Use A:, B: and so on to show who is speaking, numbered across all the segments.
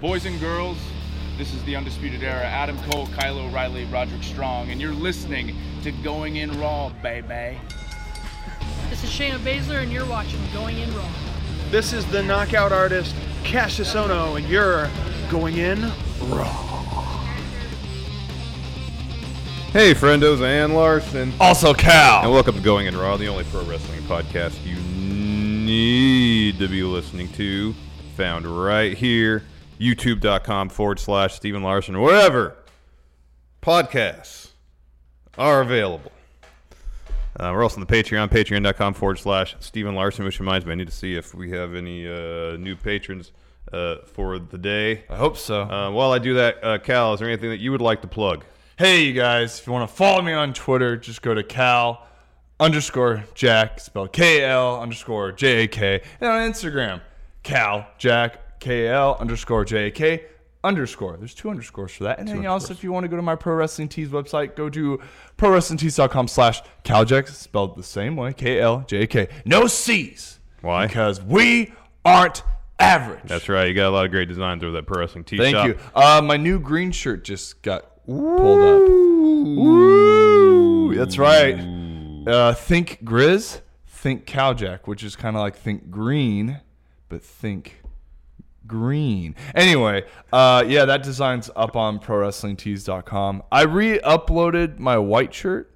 A: Boys and girls, this is the Undisputed Era. Adam Cole, Kyle O'Reilly, Roderick Strong, and you're listening to Going In Raw, baby.
B: This is Shayna Baszler, and you're watching Going In Raw.
C: This is the knockout artist Cassius Ono, and you're going in raw.
D: Hey, friendos, and Larson.
E: Also,
D: And
E: Cal.
D: welcome to Going In Raw, the only pro wrestling podcast you need to be listening to. Found right here, youtube.com forward slash Stephen Larson, wherever podcasts are available. Uh, we're also on the Patreon, patreon.com forward slash Stephen Larson, which reminds me, I need to see if we have any uh, new patrons uh, for the day.
E: I hope so.
D: Uh, while I do that, uh, Cal, is there anything that you would like to plug?
E: hey, you guys, if you want to follow me on Twitter, just go to Cal underscore Jack, spelled K L underscore J A K, and on Instagram, Cal Jack K L underscore J A K underscore. There's two underscores for that. And then also, if you want to go to my Pro Wrestling Tees website, go to prowrestlingtees.com slash Cal Jack, spelled the same way, K L J A K. No C's.
D: Why?
E: Because we aren't average.
D: That's right. You got a lot of great designs over that pro wrestling tee
E: Thank
D: shop.
E: you. Uh, my new green shirt just got pulled up. Woo! That's right. Uh, think Grizz, think Cowjack, which is kind of like think green, but think green. Anyway, uh, yeah, that design's up on prowrestlingtees.com. I re-uploaded my white shirt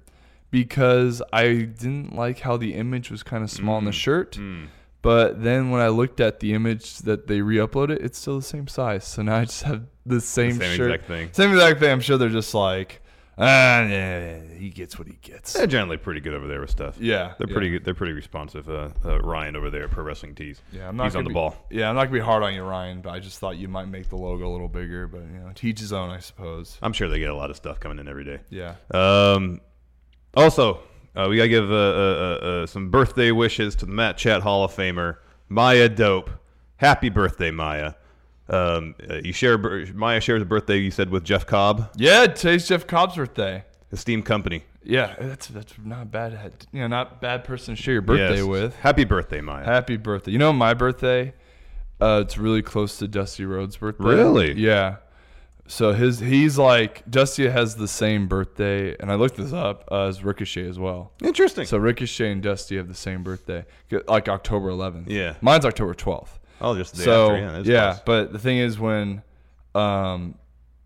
E: because I didn't like how the image was kind of small in
D: Mm-hmm.
E: the shirt.
D: Mm.
E: But then when I looked at the image that they re-uploaded, it's still the same size. So now I just have the same,
D: same
E: shirt.
D: exact thing.
E: Same exact thing. I'm sure they're just like, ah, yeah, he gets what he gets.
D: They're generally pretty good over there with stuff.
E: Yeah,
D: they're
E: yeah.
D: pretty. Good. They're pretty responsive. Uh, uh, Ryan over there, at pro wrestling tees.
E: Yeah, I'm not.
D: He's on
E: gonna
D: the
E: be-
D: ball.
E: Yeah, I'm not gonna be hard on you, Ryan. But I just thought you might make the logo a little bigger. But you know, teach his own, I suppose.
D: I'm sure they get a lot of stuff coming in every day.
E: Yeah.
D: Um, also, uh, we gotta give uh, uh, uh, uh, some birthday wishes to the Matt Chat Hall of Famer Maya Dope. Happy birthday, Maya. Um, uh, you share a bir- Maya shares a birthday. You said with Jeff Cobb,
E: Yeah, today's Jeff Cobb's birthday.
D: esteemed company.
E: Yeah, that's that's not bad. You know, not bad person to share your birthday
D: Yes.
E: with.
D: Happy birthday, Maya.
E: Happy birthday. You know my birthday? Uh, it's really close to Dusty Rhodes' birthday.
D: Really?
E: Yeah. So his he's like Dusty has the same birthday, and I looked this up uh, as Ricochet as well.
D: Interesting.
E: So Ricochet and Dusty have the same birthday, G- like October 11th.
D: Yeah.
E: Mine's October 12th.
D: oh, just the day
E: so
D: after. Yeah, that's
E: yeah,
D: close.
E: but the thing is when, um,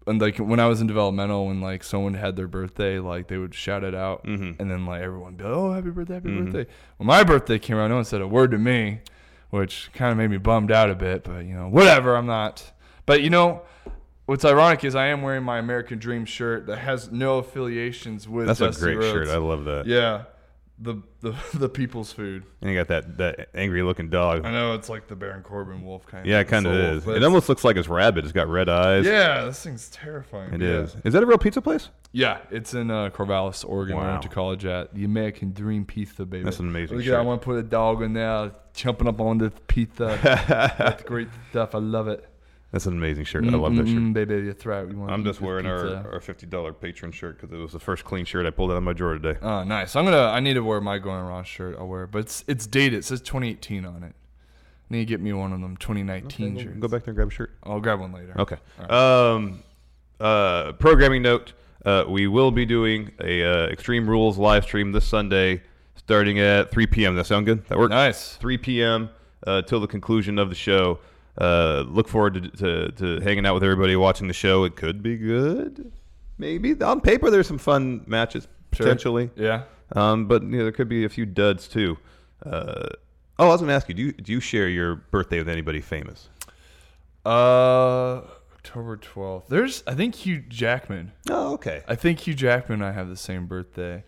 E: and like when I was in developmental, when like someone had their birthday, like they would shout it out,
D: Mm-hmm.
E: and then like everyone would be like, "Oh, happy birthday, happy birthday!" When my birthday came around, no one said a word to me, which kind of made me bummed out a bit. But you know, whatever. I'm not. But you know, what's ironic is I am wearing my American Dream shirt that has no affiliations with.
D: that's
E: Dusty
D: a great shirt.
E: Rhodes.
D: I love that.
E: yeah, the the the people's food.
D: And you got that, that angry looking dog.
E: I know it's like the Baron Corbin wolf kind of.
D: Yeah, it kind of is. It almost looks like it's rabbit. It's got red eyes.
E: Yeah, this thing's terrifying.
D: It
E: yeah.
D: is. Is that a real pizza place?
E: Yeah, it's in uh, Corvallis, Oregon. where I went
D: Wow.
E: to college at the American Dream Pizza, baby.
D: That's an amazing
E: Look at
D: shirt.
E: that. I want to put a dog in there, jumping up on the pizza. That's great stuff. I love it.
D: That's an amazing shirt. I love that shirt.
E: Mm, baby, that's right. We want
D: I'm just wearing
E: pizza.
D: our, our $50 patron shirt because it was the first clean shirt I pulled out of my drawer today.
E: Oh, nice. I'm gonna. I need to wear my Going Raw shirt. I'll wear, it, but it's it's dated. It says 2018 on it. I need to get me one of them 2019
D: Go-
E: shirts.
D: Go back there and grab a shirt.
E: I'll grab one later.
D: Okay. Um, uh, programming note: uh, We will be doing a uh, Extreme Rules live stream this Sunday, starting at 3 p.m. That sound good? That works.
E: Nice.
D: 3 p.m. Uh, till the conclusion of the show. Uh, look forward to, to, to hanging out with everybody, watching the show. It could be good. Maybe on paper, there's some fun matches potentially.
E: Yeah.
D: Um, but you know, there could be a few duds too. Uh, oh, I was going to ask you: Do you do you share your birthday with anybody famous?
E: Uh, October 12th. There's I think Hugh Jackman.
D: Oh, okay.
E: I think Hugh Jackman and I have the same birthday,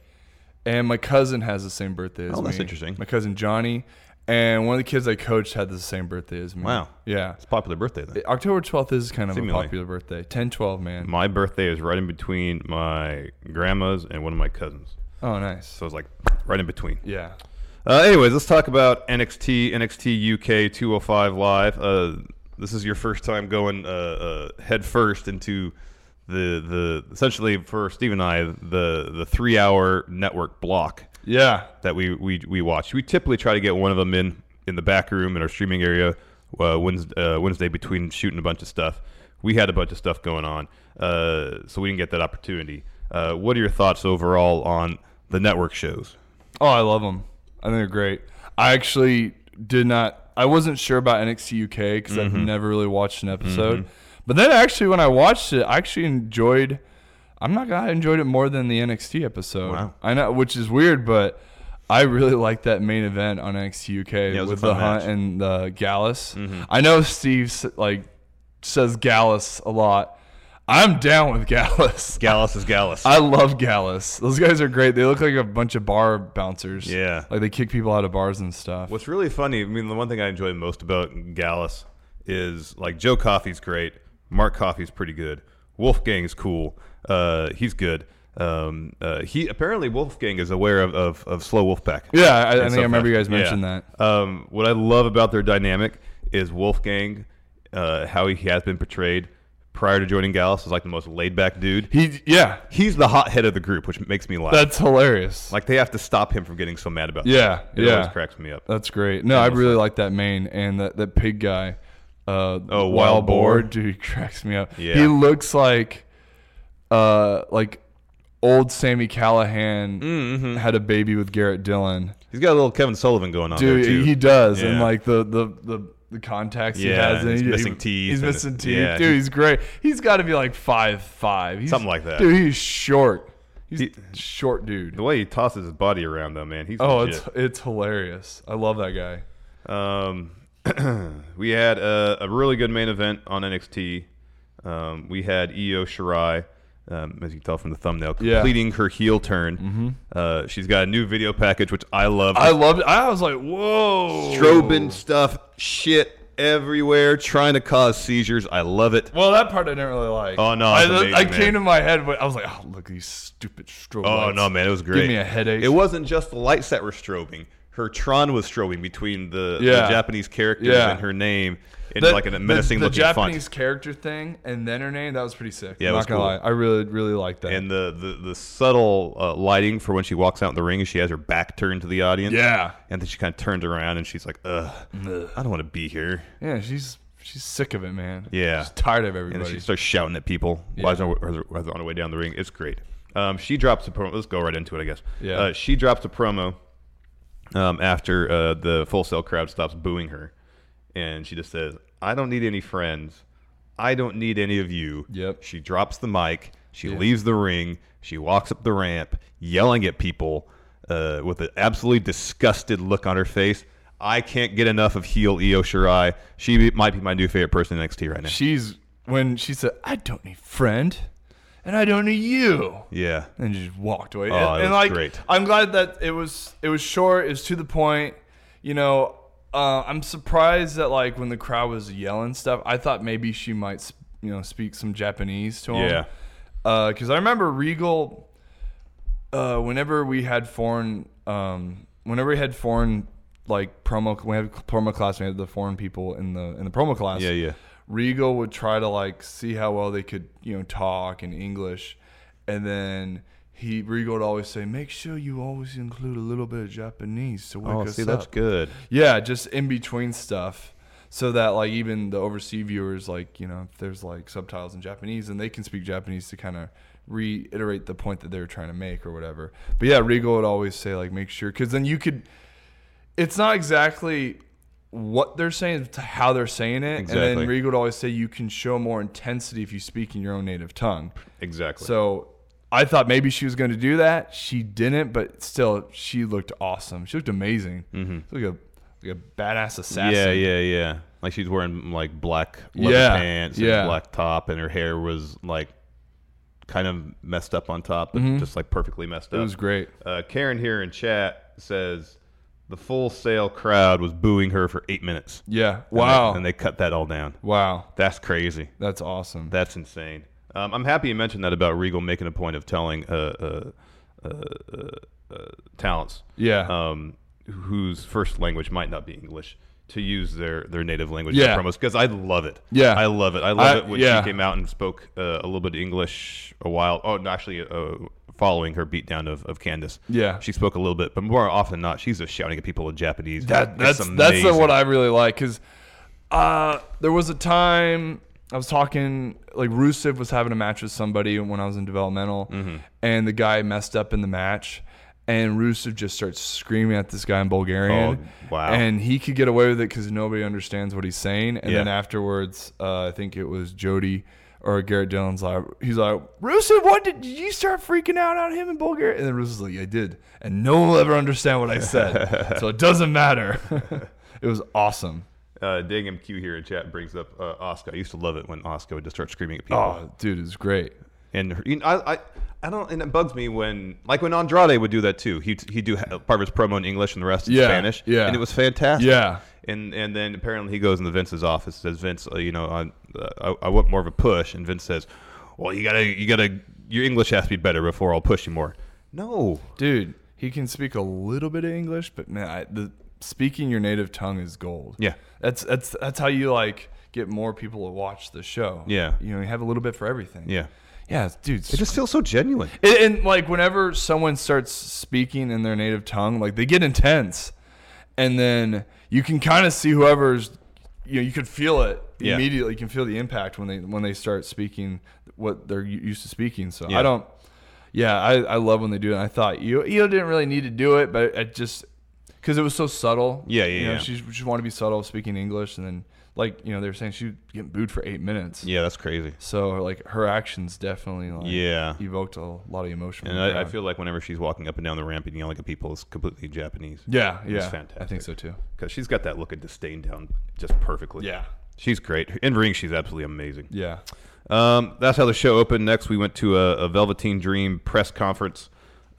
E: and my cousin has the same birthday as
D: Oh,
E: me.
D: that's interesting.
E: My cousin Johnny, And one of the kids I coached had the same birthday as me.
D: Wow.
E: Yeah.
D: It's a popular birthday then.
E: October 12th is kind of
D: Seemingly.
E: a popular birthday. 10 12, man.
D: My birthday is right in between my grandma's and one of my cousins.
E: Oh, nice.
D: So it's like right in between.
E: Yeah.
D: Uh, anyways, let's talk about NXT, NXT UK 205 Live. Uh, this is your first time going uh, uh, head first into the the essentially for Steve and I the the three hour network block
E: Yeah.
D: that we we we watch. We typically try to get one of them in in the back room in our streaming area uh, Wednesday, uh, Wednesday between shooting a bunch of stuff. We had a bunch of stuff going on, uh, so we didn't get that opportunity. Uh, what are your thoughts overall on the network shows?
E: Oh, I love them. I think they're great. I actually did not. I wasn't sure about NXT UK because I've
D: Mm-hmm.
E: never really watched an episode. But then actually, when I watched it, I actually enjoyed. I'm not gonna. I enjoyed it more than the NXT episode.
D: Wow.
E: I know, which is weird, but I really liked that main event on NXT UK
D: it was a
E: with
D: fun
E: the Hunt
D: match. Mm-hmm.
E: and the Gallus. I know Steve s- like says Gallus a lot. I'm down with Gallus.
D: Gallus is Gallus.
E: I love Gallus. Those guys are great. They look like a bunch of bar bouncers.
D: Yeah.
E: Like they kick people out of bars and stuff.
D: What's really funny, I mean, the one thing I enjoy most about Gallus is like Joe Coffey's great, Mark Coffey's pretty good, Wolfgang's cool, uh, he's good. Um, uh, he apparently Wolfgang is aware of of, of Slow Wolfpack.
E: Yeah, I- I
D: And
E: think I
D: stuff
E: remember you
D: like-
E: guys mentioned that.
D: Um, what I love about their dynamic is Wolfgang, uh, how he has been portrayed prior to joining Gallus is like the most laid back dude.
E: He yeah.
D: He's the hothead of the group, which makes me laugh.
E: That's hilarious.
D: like they have to stop him from getting so mad about.
E: Yeah,
D: that. it
E: yeah.
D: always cracks me up.
E: That's great. No, I really like that main and that, that pig guy. Uh,
D: Oh, Wild Boar?
E: dude, he cracks me up.
D: Yeah.
E: He looks like, uh, like old Sammy Callahan
D: Mm-hmm.
E: had a baby with Garrett Dillon.
D: He's got a little Kevin Sullivan going on there too.
E: Dude, he does, and
D: Yeah.
E: like the the the, the contacts
D: Yeah,
E: he has, and
D: he's
E: he-
D: missing
E: he-
D: teeth
E: He's
D: and-
E: missing teeth,
D: yeah,
E: dude.
D: he-
E: He's great. He's got to be like five five, he's,
D: Something like that.
E: Dude, he's short. He's
D: He-
E: short, dude.
D: the way he tosses his body around, though, man, he's
E: Oh,
D: legit.
E: it's it's hilarious. I love that guy.
D: Um, we had a, a really good main event on NXT. Um, we had Io Shirai, um, as you can tell from the
E: Yeah.
D: thumbnail,
E: Mm-hmm.
D: completing her heel turn. Uh, she's got a new video package, which I love.
E: I loved. It. I was like, whoa.
D: Strobing stuff, shit everywhere, trying to cause seizures. I love it.
E: Well, that part I didn't really like.
D: Oh, no,
E: I,
D: it's amazing,
E: I
D: man.
E: came to my head, but I was like, oh look at these stupid strobe.
D: Oh
E: lights.
D: no, man, it was great.
E: Give me a headache.
D: It wasn't just the lights that were strobing. Her Tron was strobing between the, the
E: Yeah.
D: Japanese characters
E: Yeah.
D: and her name in
E: The-
D: like a
E: the-
D: menacing
E: the,
D: looking
E: Japanese
D: font.
E: character thing, and then her name. That was pretty sick.
D: Yeah, it
E: I'm
D: was
E: not gonna
D: cool.
E: lie. I really, really liked that.
D: And the, the, the subtle uh, lighting for when she walks out in the ring and she has her back turned to the audience.
E: Yeah.
D: And then she kind of turns around and she's like, ugh, I don't want to be here.
E: Yeah, she's she's sick of it, man.
D: Yeah.
E: she's tired of
D: And then
E: everybody.
D: she starts shouting at people while they're while they're on her way down the ring. It's great. Um, she drops a promo. Let's go right into it, I guess.
E: Yeah.
D: Uh, she drops a promo um, after uh, the full sale crowd stops booing her. And she just says, I don't need any friends. I don't need any of you.
E: Yep.
D: She drops the mic. She leaves the ring. She walks up the ramp, yelling at people uh, with an absolutely disgusted look on her face. I can't get enough of heel Io Shirai. She be- might be my new favorite person in NXT right now.
E: she's when she said, "I don't need friend, and I don't need you,"
D: yeah.
E: and just walked away.
D: Oh,
E: and,
D: it
E: and,
D: was
E: like,
D: great.
E: I'm glad that it was it was short. It was to the point. You know, uh, I'm surprised that like when the crowd was yelling stuff, I thought maybe she might sp- you know speak some Japanese to him.
D: Yeah.
E: because I remember Regal. Uh, whenever we had foreign, um, whenever we had foreign like promo, we had promo class. We had the foreign people in the in the promo class.
D: Yeah, yeah.
E: Regal would try to like see how well they could you know talk in English, and then. He Regal would always say, "Make sure you always include a little bit of Japanese to wake
D: Oh,
E: us
D: see,
E: up."
D: that's good.
E: Yeah, just in between stuff, so that like even the overseas viewers, like you know, if there's like subtitles in Japanese, and they can speak Japanese to kind of reiterate the point that they're trying to make or whatever. But yeah, Regal would always say like, make sure, because then you could. It's not exactly what they're saying; it's how they're saying it. And
D: Exactly.
E: then Regal would always say you can show more intensity if you speak in your own native tongue.
D: Exactly.
E: So. I thought maybe she was going to do that. She didn't, but still, she looked awesome. She looked amazing. She looked like a, like a badass assassin.
D: Mm-hmm. yeah, yeah, yeah. Like she's wearing like black leather
E: Yeah,
D: pants and
E: yeah.
D: black top, and her hair was like kind of messed up on top, but just like perfectly messed
E: Mm-hmm. It
D: up.
E: was great.
D: Uh, Karen here in chat says The full sale crowd was booing her for eight minutes.
E: Yeah.
D: And they-
E: Wow.
D: and they cut that all down.
E: wow.
D: That's crazy.
E: That's awesome.
D: That's insane. Um, I'm happy you mentioned that about Regal making a point of telling uh, uh, uh, uh, uh, talents,
E: yeah.
D: um, whose first language might not be English, to use their, their native language
E: Yeah.
D: in promos because I love it.
E: Yeah.
D: I love it. I love
E: I-
D: it when
E: yeah.
D: she came out and spoke uh, a little bit of English a while. Oh, no, actually, uh, following her beatdown of, of Candace.
E: Yeah.
D: she spoke a little bit, but more often than not, she's just shouting at people in Japanese.
E: That
D: It's
E: that's that's the,
D: amazing.
E: what I really like because uh, there was a time I was talking like Rusev was having a match with somebody when I was in developmental,
D: Mm-hmm.
E: and the guy messed up in the match. And Rusev just starts screaming at this guy in Bulgarian.
D: Oh, wow.
E: And he could get away with it because nobody understands what he's saying. And then
D: Yeah.
E: afterwards, uh, I think it was Jody or Garrett Dillon's like, he's like, Rusev, what did, did you start freaking out on him in Bulgarian? And then Rusev's like, I did. And no one will ever understand what I said. so it doesn't matter. it was awesome.
D: Uh, Dang MQ here in chat brings up uh, Oscar. I used to love it when Oscar would just start screaming at people.
E: Oh, dude, it was great.
D: And her, you know, I, I, I don't, and it bugs me when, like when Andrade would do that too. He he'd do ha- part of his promo in English and the rest in
E: Yeah,
D: Spanish.
E: yeah.
D: and it was fantastic.
E: Yeah.
D: And and then apparently he goes into Vince's office says Vince, uh, you know, I, uh, I I want more of a push, and Vince says, well, you gotta you gotta your English has to be better before I'll push you more. No,
E: Dude, he can speak a little bit of English, but man, I, the speaking your native tongue is gold.
D: Yeah.
E: That's that's that's how you like get more people to watch the show.
D: Yeah.
E: You know, you have a little bit for everything.
D: yeah,
E: Yeah, dude.
D: it just feels so genuine.
E: And, and like whenever someone starts speaking in their native tongue, like they get intense, and then you can kind of see whoever's, you know, you could feel it
D: Yeah.
E: immediately. You can feel the impact when they when they start speaking what they're u- used to speaking. So
D: Yeah.
E: I don't, yeah, I, I love when they do it. I thought you you didn't really need to do it, but it just because it was so subtle.
D: Yeah, yeah,
E: You know,
D: yeah.
E: She just wanted to be subtle speaking English, and then like you know they were saying she was getting booed for eight minutes.
D: Yeah, that's crazy.
E: So like her actions definitely like
D: Yeah.
E: evoked a lot of emotion. from
D: And
E: the
D: I, I
E: crowd.
D: feel like whenever she's walking up and down the ramp and yelling at people, it's completely Japanese.
E: yeah
D: It's
E: yeah
D: fantastic.
E: I think so too.
D: because she's got that look of disdain down just perfectly.
E: Yeah.
D: she's great. In ring, she's absolutely amazing.
E: Yeah
D: Um, that's how the show opened. Next, we went to a, a Velveteen Dream press conference.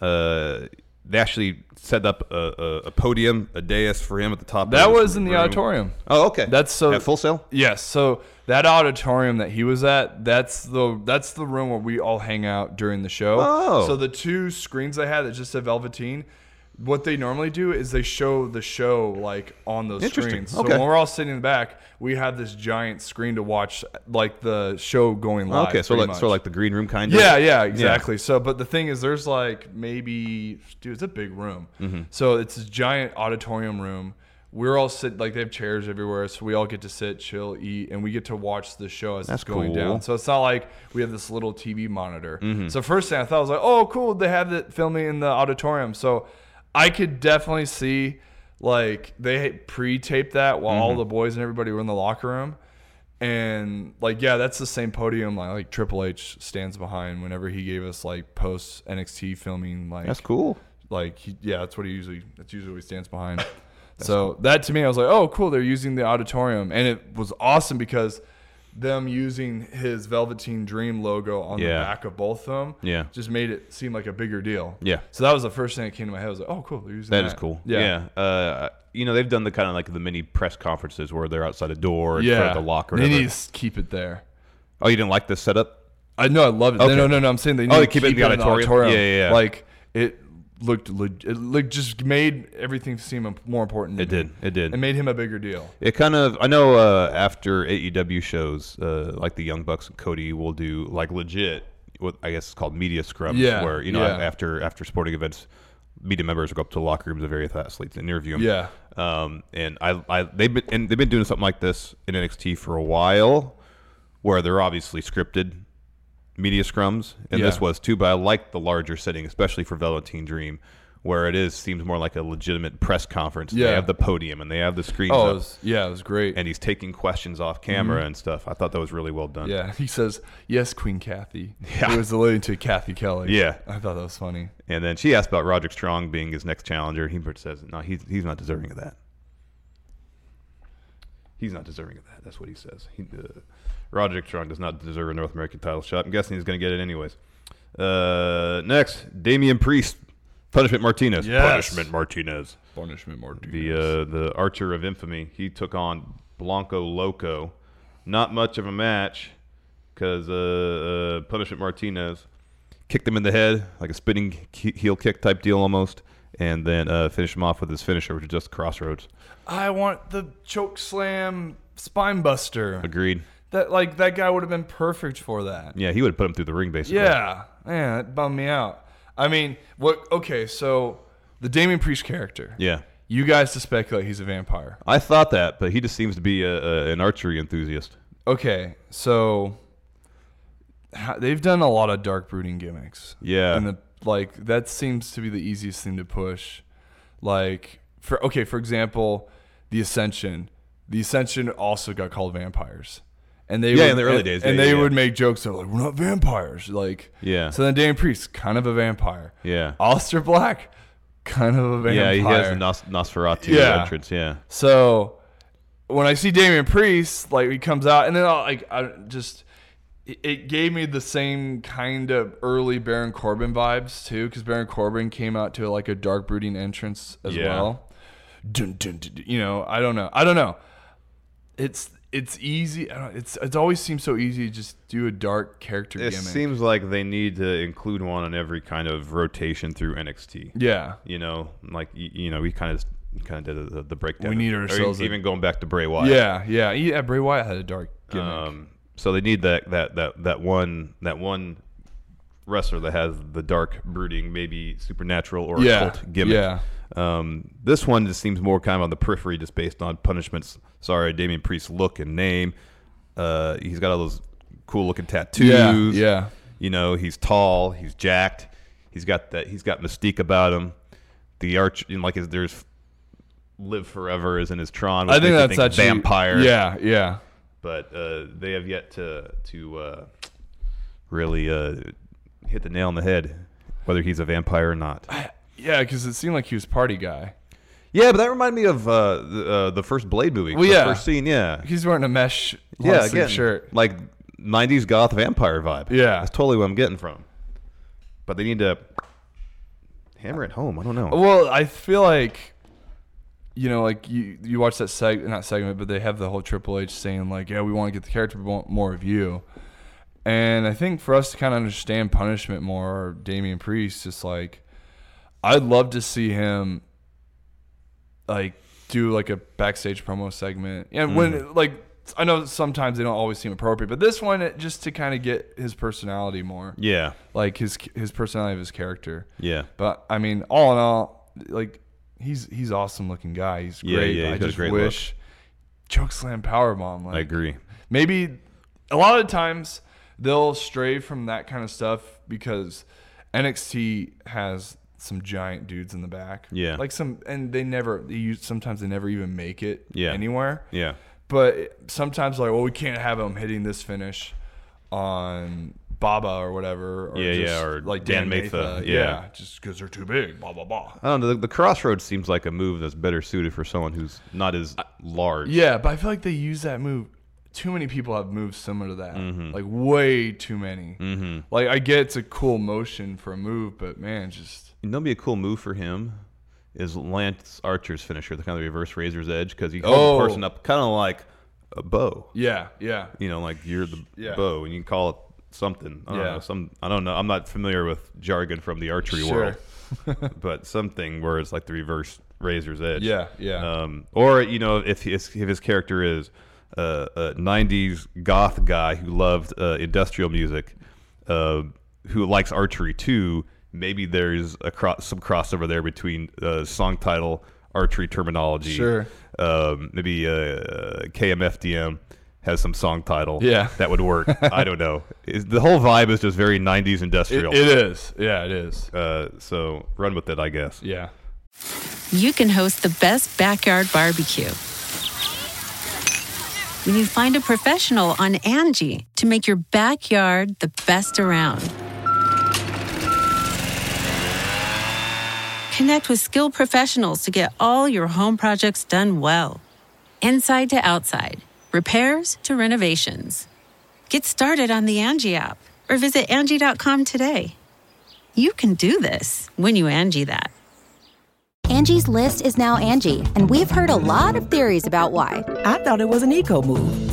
D: Uh, they actually set up a, a, a podium, a dais for him at the top. of
E: that
D: this
E: was in the
D: room.
E: auditorium.
D: Oh, okay.
E: That's so
D: At full sale.
E: Yes, so that auditorium that he was at, that's the that's the room where we all hang out during the show.
D: Oh.
E: So the two screens they had that just said Velveteen, what they normally do is they show the show like on those
D: Interesting.
E: screens. So
D: Okay.
E: when we're all sitting in the back, we have this giant screen to watch like the show going live.
D: okay, so
E: pretty
D: like
E: much.
D: so like the green room kind of.
E: Yeah, yeah, exactly. So, but the thing is, there's like maybe, dude, it's a big room.
D: Mm-hmm.
E: So it's this giant auditorium room. We're all sit like they have chairs everywhere, so we all get to sit, chill, eat, and we get to watch the show as
D: That's
E: it's going
D: cool. Mm-hmm.
E: down. So it's not like we have this little TV monitor. So first thing I thought was like, oh, cool, they have it filming in the auditorium. So I could definitely see like they pre-taped that
D: Mm-hmm.
E: while all the boys and everybody were in the locker room and like yeah that's the same podium like, like triple h stands behind whenever he gave us like post nxt filming like
D: That's cool.
E: like he, yeah that's what he usually that's usually what he stands behind so that to me i was like oh cool they're using the auditorium and it was awesome because them using his velveteen dream logo on
D: Yeah.
E: the back of both of them
D: Yeah.
E: just made it seem like a bigger deal
D: Yeah.
E: so that was the first thing that came to my head i was like oh cool they're using
D: That is cool. Yeah. Uh, you know they've done the kind of like the mini press conferences where they're outside a door in front
E: yeah
D: of the locker. or
E: they
D: whatever.
E: need to s- keep it there
D: Oh, you didn't like this setup?
E: I know I love it.
D: Okay.
E: No, no, no, no. I'm saying they need
D: Oh,
E: to keep, it in the auditorium.
D: Yeah, yeah, yeah.
E: Like it looked, leg- it looked just made everything seem im- more important. to
D: It
E: me.
D: did. It did.
E: It made him a bigger deal.
D: It kind of I know uh, after AEW shows uh, like the Young Bucks and Cody will do like legit what I guess it's called media scrums
E: Yeah,
D: where you know
E: yeah.
D: after after sporting events media members will go up to the locker rooms of various athletes and interview them
E: Yeah.
D: um, and I, I they've been and they've been doing something like this in NXT for a while where they're obviously scripted media scrums, and this
E: Yeah.
D: was too. But I like the larger setting, especially for Velveteen Dream, where it is seems more like a legitimate press conference. They
E: Yeah.
D: have the podium and they have the screens
E: Oh, it
D: up,
E: was, yeah, it was great.
D: and he's taking questions off camera and stuff. I thought that was really well done.
E: yeah, he says yes, Queen Kathy.
D: Yeah.
E: it was alluding to Kathy Kelly.
D: Yeah.
E: I thought that was funny.
D: And then she asked about Roderick Strong being his next challenger. He says, "No, he's he's not deserving of that. He's not deserving of that. That's what he says. He, uh, Roderick Strong does not deserve a North American title shot. I'm guessing he's going to get it anyways." Uh, next, Damian Priest Punishment Martinez.
E: Yes.
D: Punishment Martinez.
E: Punishment Martinez.
D: The uh, the Archer of Infamy. He took on Blanco Loco. Not much of a match because uh, uh, Punishment Martinez kicked him in the head like a spinning ke- heel kick type deal almost, and then uh, finished him off with his finisher, which is just crossroads.
E: I want the choke slam spine buster.
D: Agreed.
E: That like that guy would have been perfect for that.
D: Yeah, he would have put him through the ring basically.
E: Yeah, yeah, that bummed me out. I mean, what? Okay, so the Damien Priest character.
D: Yeah.
E: You guys to speculate he's a vampire.
D: I thought that, but he just seems to be a, a, an archery enthusiast.
E: Okay, so ha- they've done a lot of dark brooding gimmicks.
D: Yeah.
E: and the, like that seems to be the easiest thing to push. Like for okay, for example, the Ascension. The Ascension also got called vampires. And they
D: Yeah,
E: would-
D: in the early
E: and-
D: days.
E: and
D: Yeah,
E: they
D: yeah, yeah.
E: would make jokes of like we're not vampires, like
D: Yeah.
E: So then Damien Priest, kind of a vampire.
D: Yeah.
E: Alistair Black, kind of a vampire.
D: Yeah, he has the Nos- Nosferatu
E: Yeah.
D: entrance. Yeah.
E: So when I see Damian Priest, like he comes out, and then I'll, like I just it- it gave me the same kind of early Baron Corbin vibes too, because Baron Corbin came out to like a dark brooding entrance as
D: Yeah.
E: well. Dun, dun, dun, dun, you know, I don't know, I don't know. It's it's easy. I don't, it's it's always seems so easy to just do a dark character
D: It
E: gimmick.
D: seems like they need to include one in every kind of rotation through NXT.
E: yeah,
D: You know, like you, you know, we kind of kind of did the, the breakdown.
E: We need
D: Or
E: ourselves a-
D: even going back to Bray Wyatt.
E: yeah, yeah, yeah. Bray Wyatt had a dark gimmick.
D: Um, so they need that that that that one that one wrestler that has the dark brooding, maybe supernatural or
E: Yeah,
D: occult gimmick.
E: yeah.
D: Um, this one just seems more kind of on the periphery, just based on punishments. Sorry, Damien Priest's look and name. Uh, he's got all those cool looking tattoos.
E: Yeah, yeah.
D: You know, he's tall. He's jacked. He's got that. He's got mystique about him. The arch, you know, like, his, there's live forever is in his Tron. Which
E: I think
D: makes you
E: that's actually
D: vampire
E: Yeah, yeah.
D: but uh, they have yet to to uh, really uh, hit the nail on the head whether he's a vampire or not.
E: Yeah, because it seemed like he was party guy.
D: Yeah, but that reminded me of uh, the, uh, the first Blade movie.
E: Well,
D: the
E: yeah.
D: first scene. Yeah,
E: He's wearing a mesh
D: yeah,
E: long sleeve shirt.
D: like '90s goth vampire vibe.
E: Yeah.
D: that's totally what I'm getting from. him. But they need to hammer it home. I don't know.
E: Well, I feel like you know, like you you watch that seg not segment, but they have the whole Triple H saying like, "Yeah, we want to get the character, we want more of you." And I think for us to kind of understand punishment more, Damian Priest just like I'd love to see him like do like a backstage promo segment. And when like I know sometimes they don't always seem appropriate, but this one it, just to kind of get his personality more
D: yeah,
E: like his his personality of his character.
D: Yeah.
E: But I mean, all in all, like he's he's awesome looking guy. He's
D: Yeah,
E: great.
D: yeah, he's
E: I
D: got a
E: just
D: great
E: wish chokeslam powerbomb. Like
D: I agree.
E: maybe a lot of times they'll stray from that kind of stuff because NXT has some giant dudes in the back.
D: Yeah.
E: Like some and they never they use, sometimes they never even make it
D: Yeah.
E: anywhere.
D: Yeah,
E: But sometimes, like, well, we can't have him hitting this finish on Baba or whatever. Or
D: Yeah, yeah,
E: just,
D: or
E: like
D: Dan Matha, yeah.
E: just because they're too big, blah, blah, blah.
D: I don't know. The, the crossroads seems like a move that's better suited for someone who's not as large.
E: Yeah, but I feel like they use that move. Too many people have moves similar to that.
D: Mm-hmm.
E: Like, way too many. Mm-hmm. Like, I get it's a cool motion for a move, but man, just.
D: You know, what'd be a cool move for him is Lance Archer's finisher, the kind of reverse razor's edge, because you hold
E: Oh.
D: the person up kind of like a bow.
E: Yeah, yeah.
D: You know, like you're the
E: Yeah.
D: bow, and you can call it something. I don't
E: Yeah.
D: know. Some I don't know. I'm not familiar with jargon from the archery
E: Sure.
D: world, but something where it's like the reverse razor's edge.
E: Yeah, yeah.
D: Um, or you know, if his if his character is uh, a '90s goth guy who loved uh, industrial music, uh, who likes archery too, maybe there's a cro- some crossover there between uh, song title archery terminology.
E: Sure.
D: Um, maybe uh, KMFDM has some song title.
E: Yeah.
D: That would work. I don't know. It's, the whole vibe is just very '90s
E: It,
D: industrial.
E: it is. Yeah, it is.
D: uh, so run with it, I guess.
E: Yeah.
F: you can host the best backyard barbecue. When you find a professional on Angie to make your backyard the best around. Connect with skilled professionals to get all your home projects done well. Inside to outside, repairs to renovations. Get started on the Angie app or visit Angie.com today. You can do this when you Angie that.
G: Angie's list is now Angie, and we've heard a lot of theories about why.
H: I thought it was an eco move.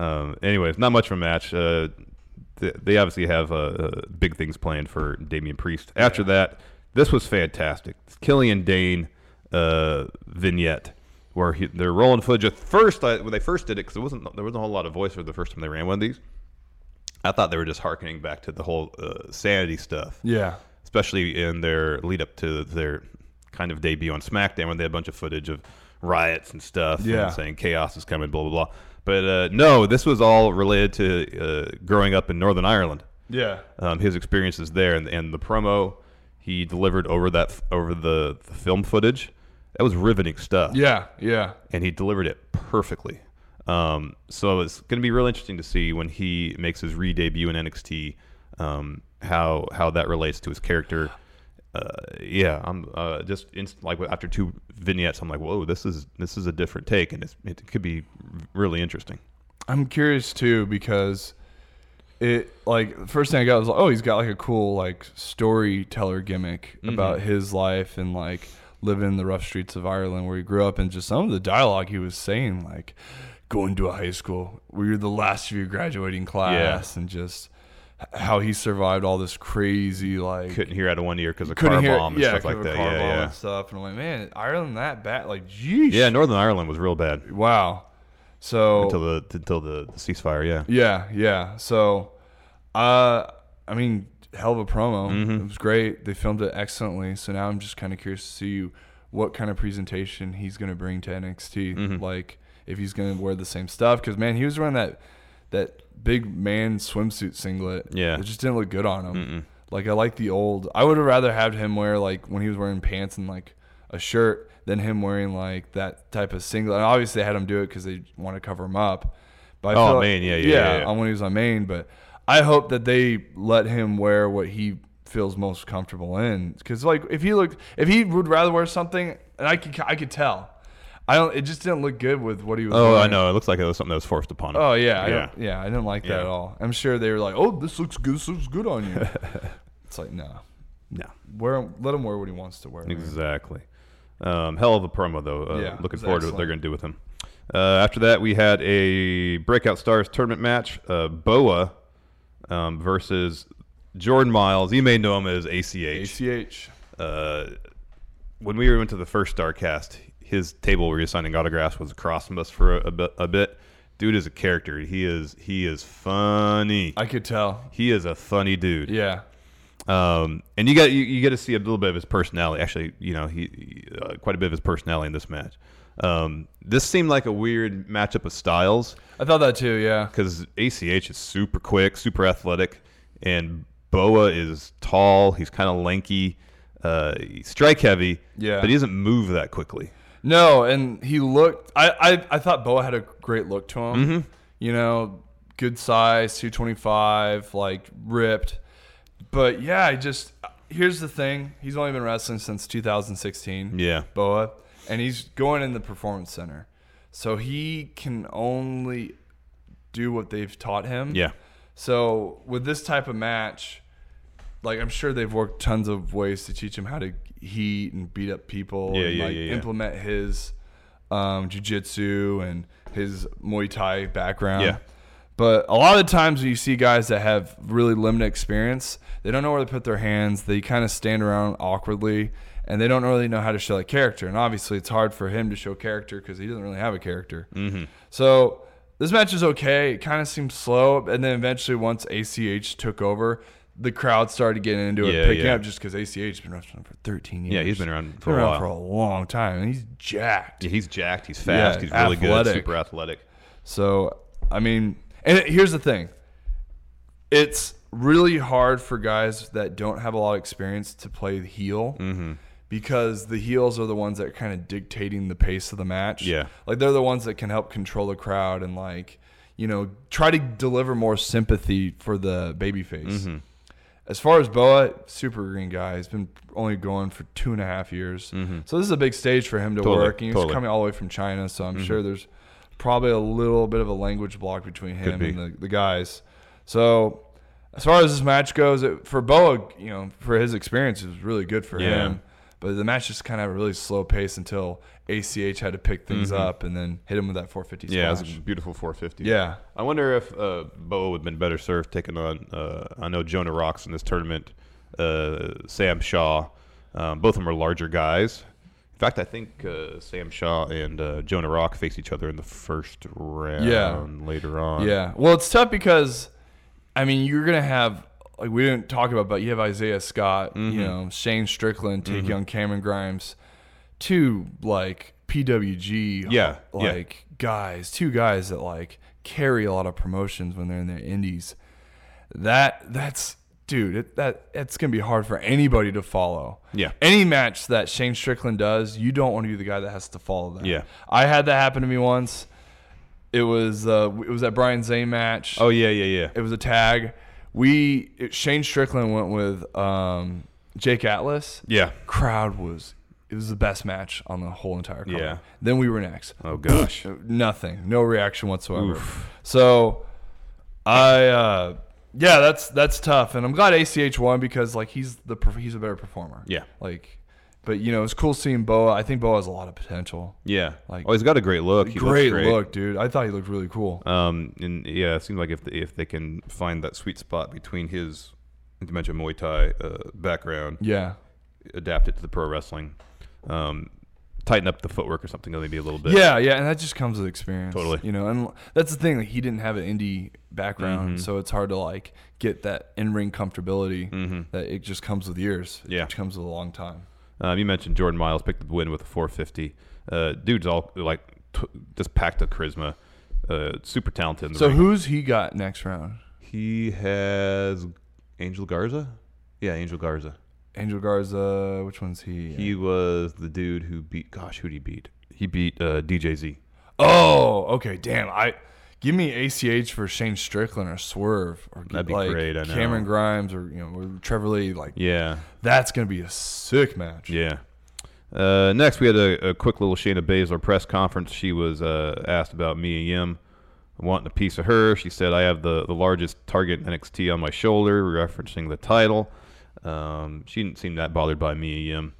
D: Um, anyways, not much of a match. Uh, th- they obviously have uh, uh, big things planned for Damian Priest. After that, this was fantastic. Killian Dane uh, vignette where he, they're rolling footage. At first, I, when they first did it, because wasn't there wasn't a whole lot of voice for the first time they ran one of these. I thought they were just harkening back to the whole uh, sanity stuff
E: Yeah.
D: especially in their lead up to their kind of debut on SmackDown, where they had a bunch of footage of riots and stuff,
E: Yeah.
D: and saying chaos is coming, blah blah blah. But uh, no, this was all related to uh, growing up in Northern Ireland,
E: Yeah.
D: um, his experiences there, and, and the promo he delivered over that f- over the, the film footage. That was riveting stuff
E: Yeah. Yeah.
D: and he delivered it perfectly. Um, so it's going to be real interesting to see when he makes his re debut in NXT um, how how that relates to his character. Uh, yeah, I'm uh, just inst- like after two vignettes, I'm like, whoa, this is this is a different take, and it's, it could be really interesting.
E: I'm curious too because it like the first thing I got was like, oh, he's got like a cool like storyteller gimmick
D: Mm-hmm.
E: about his life and like living in the rough streets of Ireland where he grew up and just some of the dialogue he was saying like going to a high school where you're the last of your graduating class and just h- how he survived all this crazy like
D: Couldn't hear out of one ear because of
E: couldn't
D: car
E: hear-
D: bomb and
E: yeah,
D: stuff
E: couldn't
D: like
E: hear
D: that.
E: car
D: Yeah,
E: bomb
D: yeah,
E: and stuff and I'm like man Ireland that bad like jeez
D: yeah. Northern Ireland was real bad
E: wow so
D: until the until the, the ceasefire. Yeah,
E: yeah, yeah. So, uh, I mean, hell of a promo. It was great. They filmed it excellently. So now I'm just kind of curious to see what kind of presentation he's going to bring to NXT. Like, if he's going to wear the same stuff, because man, he was wearing that that big man swimsuit singlet.
D: Yeah.
E: it just didn't look good on him. Like, I like the old. I would have rather had him wear like when he was wearing pants and like a shirt than him wearing like that type of singlet. And obviously, they had him do it because they want to cover him up. But I
D: Oh,
E: feel like-
D: Maine, yeah, yeah, yeah, yeah.
E: On when he was on Maine, but I hope that they let him wear what he feels most comfortable in. Because like, if he looked, if he would rather wear something, and I could, I could tell. I don't. It just didn't look good with what he was.
D: Oh, I
E: wearing.
D: know. It looks like it was something that was forced upon him.
E: Oh yeah, I
D: yeah.
E: yeah, yeah. I didn't like that
D: Yeah.
E: at all. I'm sure they were like, "Oh, this looks good. This looks good on you." it's like, no,
D: No.
E: wear. Let him wear what he wants to wear. man.
D: Exactly. Um, hell of a promo, though. Uh,
E: Yeah, it
D: looking
E: was
D: forward to what they're
E: excellent.
D: going to do with him. Uh, after that, we had a Breakout Stars tournament match uh, Boa um, versus Jordan Miles. You may know him as ACH.
E: ACH.
D: Uh, when we went to the first StarCast, his table where he was signing autographs was across from us for a, a, bit, a bit. Dude is a character. He is he is funny.
E: I could tell.
D: he is a funny dude.
E: Yeah.
D: Um, and you got you, you get to see a little bit of his personality. Actually, you know, he, he, uh, quite a bit of his personality in this match. Um, this seemed like a weird matchup of styles
E: I thought that too. Yeah.
D: because ACH is super quick, super athletic, and Boa is tall. He's kind of lanky, uh, he's strike heavy,
E: Yeah.
D: but he doesn't move that quickly.
E: No, and he looked. I I, I thought Boa had a great look to him.
D: Mm-hmm.
E: You know, good size, two twenty five, like ripped. But yeah, I just here's the thing. He's only been wrestling since 2016.
D: Yeah.
E: Boa, and he's going in the performance center, so he can only do what they've taught him.
D: Yeah,
E: So with this type of match, like I'm sure they've worked tons of ways to teach him how to heat and beat up people
D: Yeah,
E: and
D: yeah,
E: like
D: yeah, yeah.
E: implement his um jujitsu and his Muay Thai background.
D: Yeah.
E: But a lot of times when you see guys that have really limited experience, they don't know where to put their hands. They kind of stand around awkwardly and they don't really know how to show that character. And obviously it's hard for him to show character because he doesn't really have a character. Mm-hmm. So This match is okay. It kind of seemed slow, and then eventually, once ACH took over, the crowd started getting into it,
D: Yeah,
E: picking
D: yeah.
E: up just because ACH has been wrestling for 13 years.
D: Yeah, he's been around for
E: Been
D: a
E: around
D: while.
E: for a long time, and he's jacked.
D: Yeah, he's jacked. He's fast.
E: Yeah,
D: he's really
E: athletic.
D: good. Super athletic.
E: So, I mean, and it- here's the thing it's really hard for guys that don't have a lot of experience to play the heel
D: Mm-hmm.
E: because the heels are the ones that are kind of dictating the pace of the match.
D: Yeah.
E: Like, they're the ones that can help control the crowd and, like, you know, try to deliver more sympathy for the babyface.
D: Mm-hmm.
E: As far as Boa, super green guy. He's been only going for two and a half years. So this is a big stage for him to
D: Mm-hmm. Totally,
E: work. And he's
D: totally.
E: coming all the way from China, so
D: Mm-hmm.
E: I'm sure there's probably a little bit of a language block between him
D: be.
E: and the, the guys. So as far as this match goes, it, for Boa, you know, for his experience, it was really good for
D: Yeah.
E: him. But the match just kind of had a really slow pace until ACH had to pick things up and then hit him with that 450 splash.
D: Mm-hmm. Yeah, it was a beautiful 450.
E: Yeah.
D: I wonder if uh, Bo would have been better served taking on. Uh, I know Jonah rocks in this tournament. Uh, Sam Shaw, um, both of them are larger guys. In fact, I think uh, Sam Shaw and uh, Jonah Rock faced each other in the first round. later on.
E: Yeah. Well, it's tough because, I mean, you're going to have, like, we didn't talk about, but you have Isaiah Scott,
D: Mm-hmm.
E: you know, Shane Strickland, Take Young Cameron Grimes, two, like, PWG,
D: Yeah, yeah.
E: like, guys, two guys that, like, carry a lot of promotions when they're in their indies. That, that's, dude, it, that, it's going to be hard for anybody to follow.
D: Yeah.
E: Any match that Shane Strickland does, you don't want to be the guy that has to follow that.
D: Yeah.
E: I had that happen to me once. It was uh, it was that Brian Zane match.
D: Oh yeah, yeah,
E: it
D: yeah.
E: was a tag. We it, Shane Strickland went with um, Jake Atlas.
D: Yeah.
E: crowd was it was the best match on the whole entire. Card.
D: Yeah.
E: Then we were next.
D: Oh gosh.
E: Nothing, no reaction whatsoever. So, I uh, yeah, that's that's tough, and I'm glad ACH won because like he's the per- he's a better performer.
D: Yeah.
E: like, but you know it's cool seeing Boa. I think Boa has a lot of potential.
D: Yeah.
E: Like-
D: oh, he's got a great look. He looks
E: great,
D: great
E: look, dude. I thought he looked really cool.
D: Um, and yeah, it seems like if they, if they can find that sweet spot between his, you mentioned Muay Thai uh, background,
E: yeah.
D: adapt it to the pro wrestling, um, tighten up the footwork or something, maybe a little bit.
E: Yeah, yeah, and that just comes with experience.
D: Totally.
E: You know, and that's the thing. Like, he didn't have an indie background,
D: Mm-hmm.
E: so it's hard to like get that in ring comfortability that it just comes with years. It
D: Mm-hmm. Yeah.
E: just comes with a long time.
D: Um, you mentioned Jordan Miles picked the win with a 450. Uh, dude's all like t- just packed a charisma. Uh, super talented. In the
E: So
D: ring.
E: who's he got next round?
D: he has Angel Garza. Yeah, Angel Garza.
E: Angel Garza. Which one's he?
D: He was the dude who beat. Gosh, who would he beat? He beat uh, DJZ.
E: oh, okay. Damn. I give me ACH for Shane Strickland or Swerve or
D: That'd be
E: like
D: great, I know.
E: Cameron Grimes or you know or Trevor Lee. Like
D: Yeah.
E: that's gonna be a sick match.
D: Yeah. Uh, next, we had a, a quick little Shayna Baszler press conference. She was uh, asked about Mia Yim wanting a piece of her. She said, "I have the the largest target in NXT on my shoulder," referencing the title. Um, she didn't seem that bothered by Mia Yim.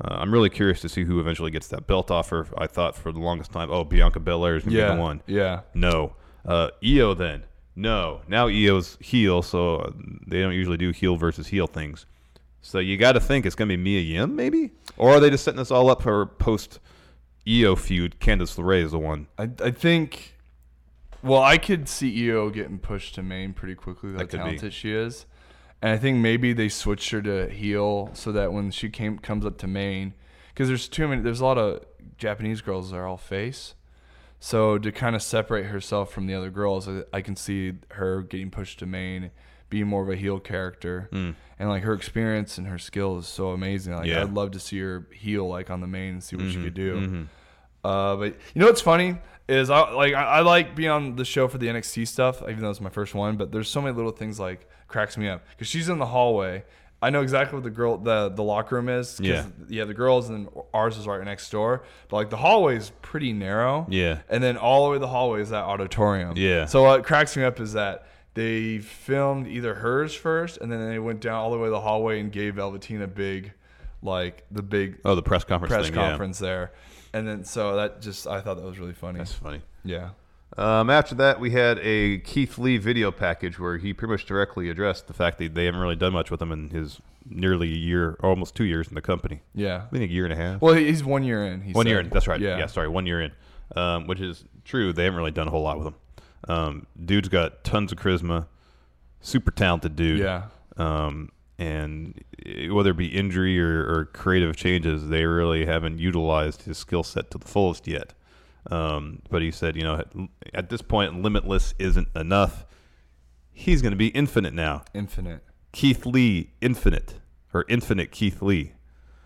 D: Uh, I'm really curious to see who eventually gets that belt off her. I thought for the longest time, oh, Bianca Belair is gonna
E: Yeah.
D: be the one.
E: Yeah.
D: No. Uh, EO then. No. Now EO's heel, so uh, they don't usually do heel versus heel things. So you got to think it's going to be Mia Yim, maybe? Or are they just setting this all up for post EO feud? Candice LeRae is the one.
E: I, I think. Well, I could see EO getting pushed to main pretty quickly. with How
D: That could be.
E: talented she is, and I think maybe they switched her to heel so that when she came comes up to main, because there's too many. There's a lot of Japanese girls that are all face, so to kind of separate herself from the other girls, I, I can see her getting pushed to main, being more of a heel character, and like her experience and her skill is so amazing. Like
D: Hmm. Yeah. Mm-hmm.
E: I'd love to see her heel like on the main and see what she could do. Uh, but you know what's funny is I like I, I like being on the show for the NXT stuff, even though it's my first one. But there's so many little things like cracks me up because she's in the hallway. I know exactly what the girl the the locker room is. 'cause,
D: Yeah.
E: yeah, the girls and then ours is right next door. But like the hallway is pretty narrow.
D: Yeah.
E: and then all the way to the hallway is that auditorium.
D: Yeah.
E: So what cracks me up is that. They filmed either hers first, and then they went down all the way the hallway and gave Velveteen a big, like the big
D: Oh, the press conference
E: press
D: thing.
E: conference there. And then so that just I thought that was really funny.
D: Yeah. That's funny.
E: yeah.
D: Um, after that, we had a Keith Lee video package where he pretty much directly addressed the fact that they haven't really done much with him in his nearly a year, almost two years in the company.
E: Yeah.
D: I think a year and a half.
E: Well, he's one year in. He
D: one
E: said.
D: year in. That's right.
E: Yeah.
D: Yeah. sorry, one year in, um, which is true. They haven't really done a whole lot with him. Um, dude's got tons of charisma, super talented dude.
E: Yeah.
D: Um, and eh, whether it be injury or, or creative changes, they really haven't utilized his skill set to the fullest yet. Um, but he said, you know, at this point, limitless isn't enough. He's going to be infinite now.
E: Infinite.
D: Keith Lee, infinite or infinite Keith Lee.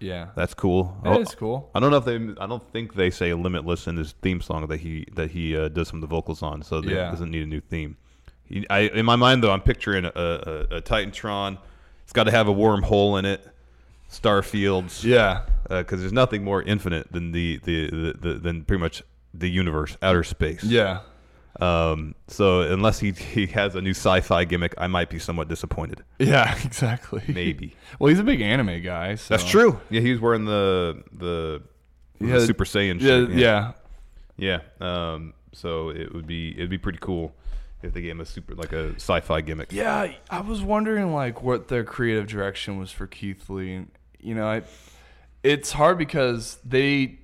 E: Yeah.
D: That's cool.
E: That
D: Oh,
E: is cool.
D: I don't know if they. I don't think they say "Limitless" in his theme song that he that he uh, does some of the vocals on, so that
E: Yeah.
D: doesn't need a new theme. He, I in my mind though, I'm picturing a, a, a Titantron. It's got to have a wormhole in it. Starfields.
E: Yeah.
D: because there's nothing more infinite than the, the, the, the than pretty much the universe, outer space.
E: Yeah.
D: Um. So unless he he has a new sci-fi gimmick, I might be somewhat disappointed.
E: Yeah, exactly.
D: Maybe.
E: Well, he's a big anime guy. So.
D: That's true. Yeah, he was wearing the the, the
E: Yeah.
D: Super Saiyan.
E: Yeah,
D: shirt.
E: yeah.
D: yeah. Um, so it would be it'd be pretty cool if they gave him a super like a sci-fi gimmick.
E: Yeah, I was wondering like what their creative direction was for Keith Lee. And, you know, I, it's hard because they,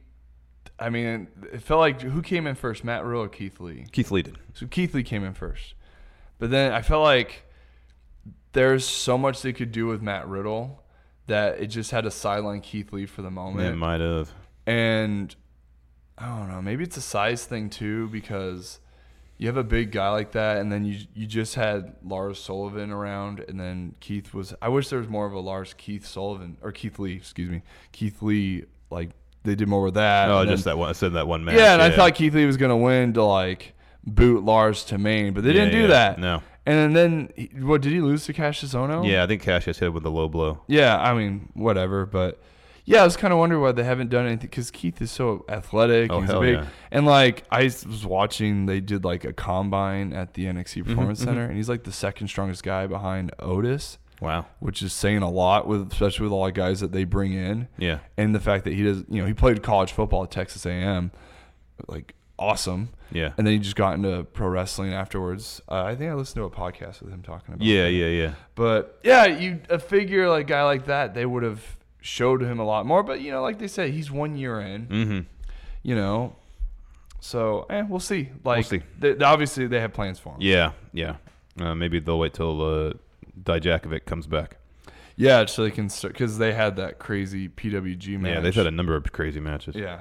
E: I mean, it felt like who came in first, Matt Rowe or Keith Lee?
D: Keith Lee did.
E: So Keith Lee came in first, but then I felt like there's so much they could do with Matt Riddle that it just had to sideline Keith Lee for the moment.
D: It might have.
E: And I don't know, maybe it's a size thing too because you have a big guy like that, and then you you just had Lars Sullivan around, and then Keith was. I wish there was more of a Lars Keith Sullivan or Keith Lee, excuse me, Keith Lee. Like they did more with that.
D: Oh,
E: and
D: just
E: then-
D: that one. I said that one match.
E: Yeah, and I thought Keith Lee was gonna win to like boot Lars to Maine, but they
D: Yeah,
E: didn't do
D: yeah,
E: that.
D: no.
E: And then he- what did he lose to Cassius Ohno?
D: Yeah, I think Cassius hit with a low blow.
E: Yeah, I mean, whatever, but yeah, I was kind of wondering why they haven't done anything because Keith is so athletic.
D: Oh,
E: he's
D: hell
E: big.
D: yeah.
E: And like, I s- was watching, they did like a combine at the NXT Performance
D: Mm-hmm,
E: Center, and he's like the second strongest guy behind Otis,
D: Wow.
E: which is saying a lot, with especially with all the guys that they bring in.
D: Yeah.
E: And the fact that he does, you know, he played college football at Texas A&M, like awesome.
D: Yeah.
E: And then he just got into pro wrestling afterwards. Uh, I think I listened to a podcast with him talking about
D: Yeah, yeah, yeah.
E: but yeah, you a figure like guy like that, they would have showed him a lot more. But you know, like they said, he's one year in. Mm-hmm. You know, so eh, we'll see. Like
D: see.
E: They, they- obviously, they have plans for him.
D: Yeah, yeah. Uh, maybe they'll wait till uh, Dijakovic comes back.
E: yeah. So they can because they had that crazy PWG match.
D: Yeah, they've had a number of crazy matches.
E: Yeah.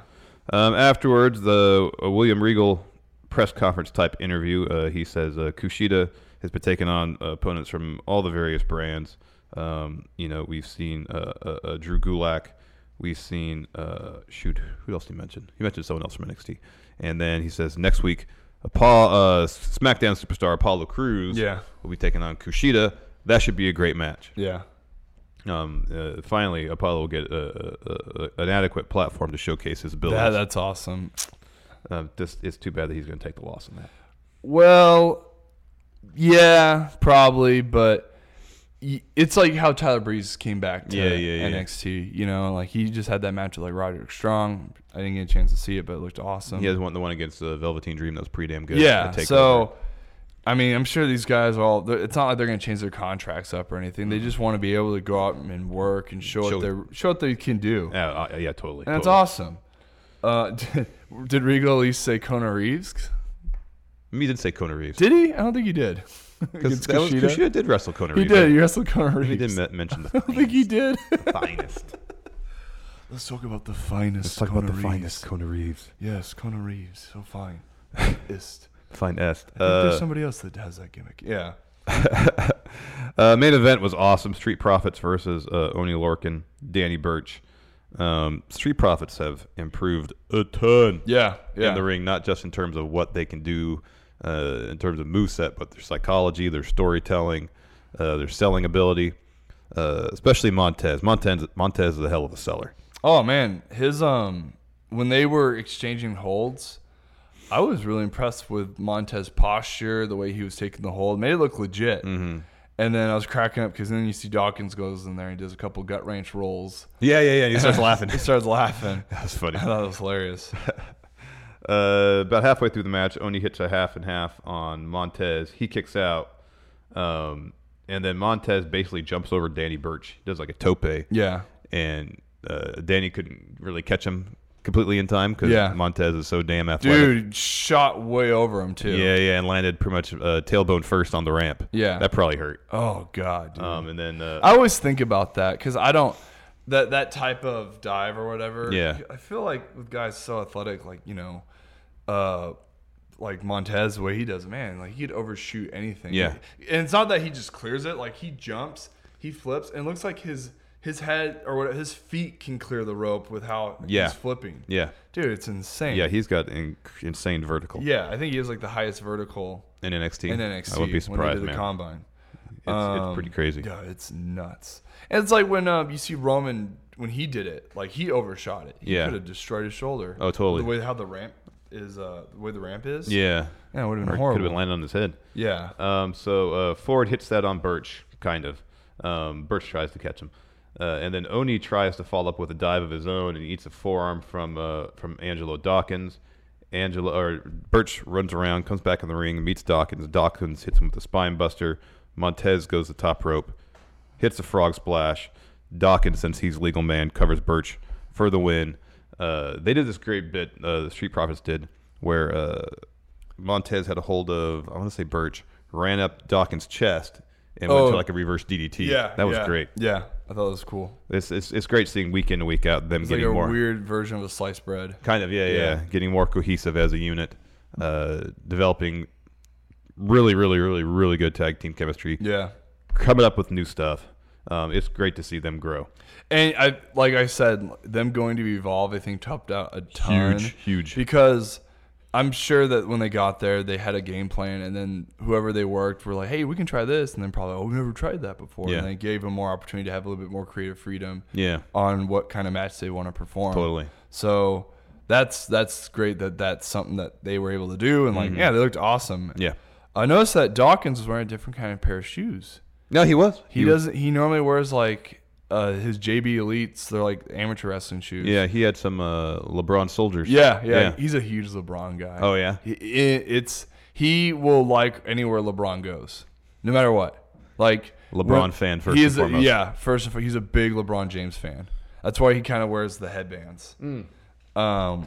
D: Um, afterwards, the uh, William Regal press conference type interview, uh, he says uh, Kushida has been taking on uh, opponents from all the various brands. Um, you know, we've seen uh, uh, uh, Drew Gulak. We've seen, uh, shoot, who else did he mention? He mentioned someone else from NXT. And then he says next week, Apollo, uh, SmackDown superstar Apollo Cruz
E: Yeah.
D: will be taking on Kushida. That should be a great match.
E: Yeah.
D: Um, uh, finally, Apollo will get a, a, a, an adequate platform to showcase his abilities.
E: That, that's awesome. Um,
D: Uh, just, it's too bad that he's going to take the loss on that.
E: Well, yeah, probably, but y- it's like how Tyler Breeze came back to
D: Yeah, yeah, yeah.
E: NXT. You know, like he just had that match with like Roderick Strong. I didn't get a chance to see it, but it looked awesome.
D: He has one, the one against uh, Velveteen Dream that was pretty damn good.
E: yeah.
D: At Takeover.
E: So, I mean, I'm sure these guys are all. they're- It's not like they're going to change their contracts up or anything. They just want to be able to go out and work and show
D: Mm-hmm. Show-
E: what they show what they can do,
D: yeah, uh, yeah, totally.
E: and it's
D: totally.
E: awesome. Uh, did, did Regal at least say Kona Reeves?
D: He did say Conor Reeves
E: Did he? I don't think he did. Against
D: that was-
E: Kushida?
D: Kushida did wrestle Conor
E: He
D: Reeves.
E: did. He wrestled Conor Reeves.
D: He did me- mention the
E: I think he did.
D: finest.
E: Let's talk about the finest. Let's
D: Conor Reeves.
E: Yes, Conor Reeves. So fine. Ist.
D: Finest.
E: there's
D: Uh,
E: somebody else that has that gimmick. Yeah.
D: uh, main event was awesome. Street Profits versus uh, Oni Lorkin, Danny Birch. Um, Street Profits have improved a ton.
E: Yeah. Yeah.
D: in the ring, not just in terms of what they can do uh, in terms of moveset, but their psychology, their storytelling, uh, their selling ability, uh, especially Montez. Montez Montez is a hell of a seller.
E: Oh man, his um, when they were exchanging holds, I was really impressed with Montez's posture, the way he was taking the hold, made it look legit. And then I was cracking up because then you see Dawkins goes in there and does a couple gut wrench rolls.
D: Yeah, yeah, yeah. He starts laughing.
E: he starts laughing.
D: That's funny.
E: I thought it was hilarious.
D: Uh, about halfway through the match, Oni hits a half and half on Montez. He kicks out, um, and then Montez basically jumps over Danny Birch. He does like a tope.
E: Yeah.
D: and uh, Danny couldn't really catch him completely in time because
E: Yeah.
D: Montez is so damn athletic.
E: Dude, shot way over him too.
D: Yeah, yeah, and landed pretty much uh, tailbone first on the ramp.
E: Yeah.
D: that probably hurt.
E: Oh god. Dude.
D: Um, and then uh,
E: I always think about that because I don't that that type of dive or whatever.
D: Yeah.
E: I feel like with guys so athletic, like you know, uh, like Montez, the way he does, it, man, like he'd overshoot anything.
D: Yeah.
E: and it's not that he just clears it; like he jumps, he flips, and it looks like his his head or what his feet can clear the rope with how
D: Yeah.
E: he's flipping.
D: yeah,
E: dude, it's insane.
D: yeah, he's got in- insane vertical.
E: yeah. I think he has like the highest vertical
D: in NXT.
E: in NXT.
D: I wouldn't be
E: when they
D: surprised,
E: did the
D: man.
E: combine.
D: It's, it's pretty
E: Um,
D: crazy.
E: Yeah, it's nuts. And it's like when um, you see Roman when he did it, like he overshot it. He
D: Yeah.
E: could have destroyed his shoulder.
D: Oh, totally.
E: The way how the ramp is, uh, the way the ramp is.
D: Yeah.
E: Yeah, it would've been
D: Could
E: horrible.
D: have been landed on his head.
E: Yeah.
D: Um, so uh, Ford hits that on Birch, kind of. Um, Birch tries to catch him. Uh, and then Oni tries to follow up with a dive of his own and eats a forearm from uh, from Angelo Dawkins. Angelo or Birch runs around, comes back in the ring, meets Dawkins. Dawkins hits him with a spine buster. Montez goes the top rope, hits a frog splash. Dawkins, since he's legal man, covers Birch for the win. Uh, they did this great bit, uh, the Street Profits did, where uh, Montez had a hold of, I want to say Birch, ran up Dawkins' chest and went
E: Oh.
D: to like a reverse DDT.
E: Yeah.
D: That was
E: yeah,
D: great.
E: Yeah. I thought it was cool.
D: It's, it's, it's great seeing week in and week out them
E: It's like
D: getting
E: a
D: more.
E: weird version of a sliced bread.
D: Kind of, yeah, yeah,
E: Yeah.
D: yeah. Getting more cohesive as a unit, uh, developing really, really, really, really good tag team chemistry,
E: Yeah.
D: coming up with new stuff. Um, it's great to see them grow.
E: And I like I said, them going to evolve, I think topped out a ton.
D: Huge, huge.
E: Because I'm sure that when they got there, they had a game plan, and then whoever they worked were like, "Hey, we can try this," and then probably, "Oh, we never tried that before."
D: Yeah.
E: And they gave them more opportunity to have a little bit more creative freedom.
D: Yeah.
E: On what kind of match they want to perform.
D: Totally.
E: So that's that's great that that's something that they were able to do, and like, yeah, they looked awesome.
D: Mm-hmm. Yeah.
E: I noticed that Dawkins was wearing a different kind of pair of shoes.
D: No, he was.
E: He doesn't. He normally wears like uh, his JB elites. They're like amateur wrestling shoes.
D: Yeah, he had some uh, LeBron soldiers.
E: yeah, yeah. He's a huge LeBron guy.
D: Oh, yeah?
E: He, i- it's he will like anywhere LeBron goes, no matter what. Like
D: LeBron
E: when-
D: fan first
E: He
D: and
E: is a-
D: foremost.
E: yeah. First of all, he's a big LeBron James fan. That's why he kind of wears the headbands. Um,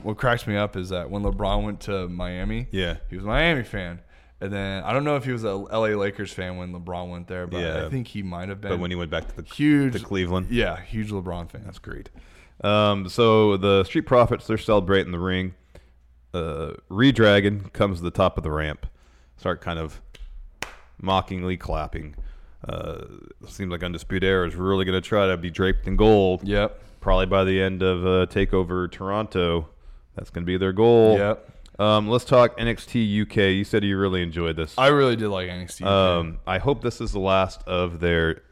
E: what cracks me up is that when LeBron went to Miami,
D: Yeah.
E: he was a Miami fan. And then I don't know if he was a LA Lakers fan when LeBron went there, but
D: Yeah.
E: I think he might have been.
D: But when he went back to the
E: huge
D: to Cleveland,
E: Yeah, huge LeBron fan.
D: That's great. Um, so the Street Profits, they're celebrating the ring. Uh, Redragon comes to the top of the ramp, start kind of mockingly clapping. Uh, seems like Undisputed Era is really going to try to be draped in gold.
E: Yep.
D: Probably by the end of uh, Takeover Toronto, that's going to be their goal.
E: Yep.
D: Um, let's talk NXT UK. You said you really enjoyed this.
E: I really did like NXT. UK.
D: Um, I hope this is the last of their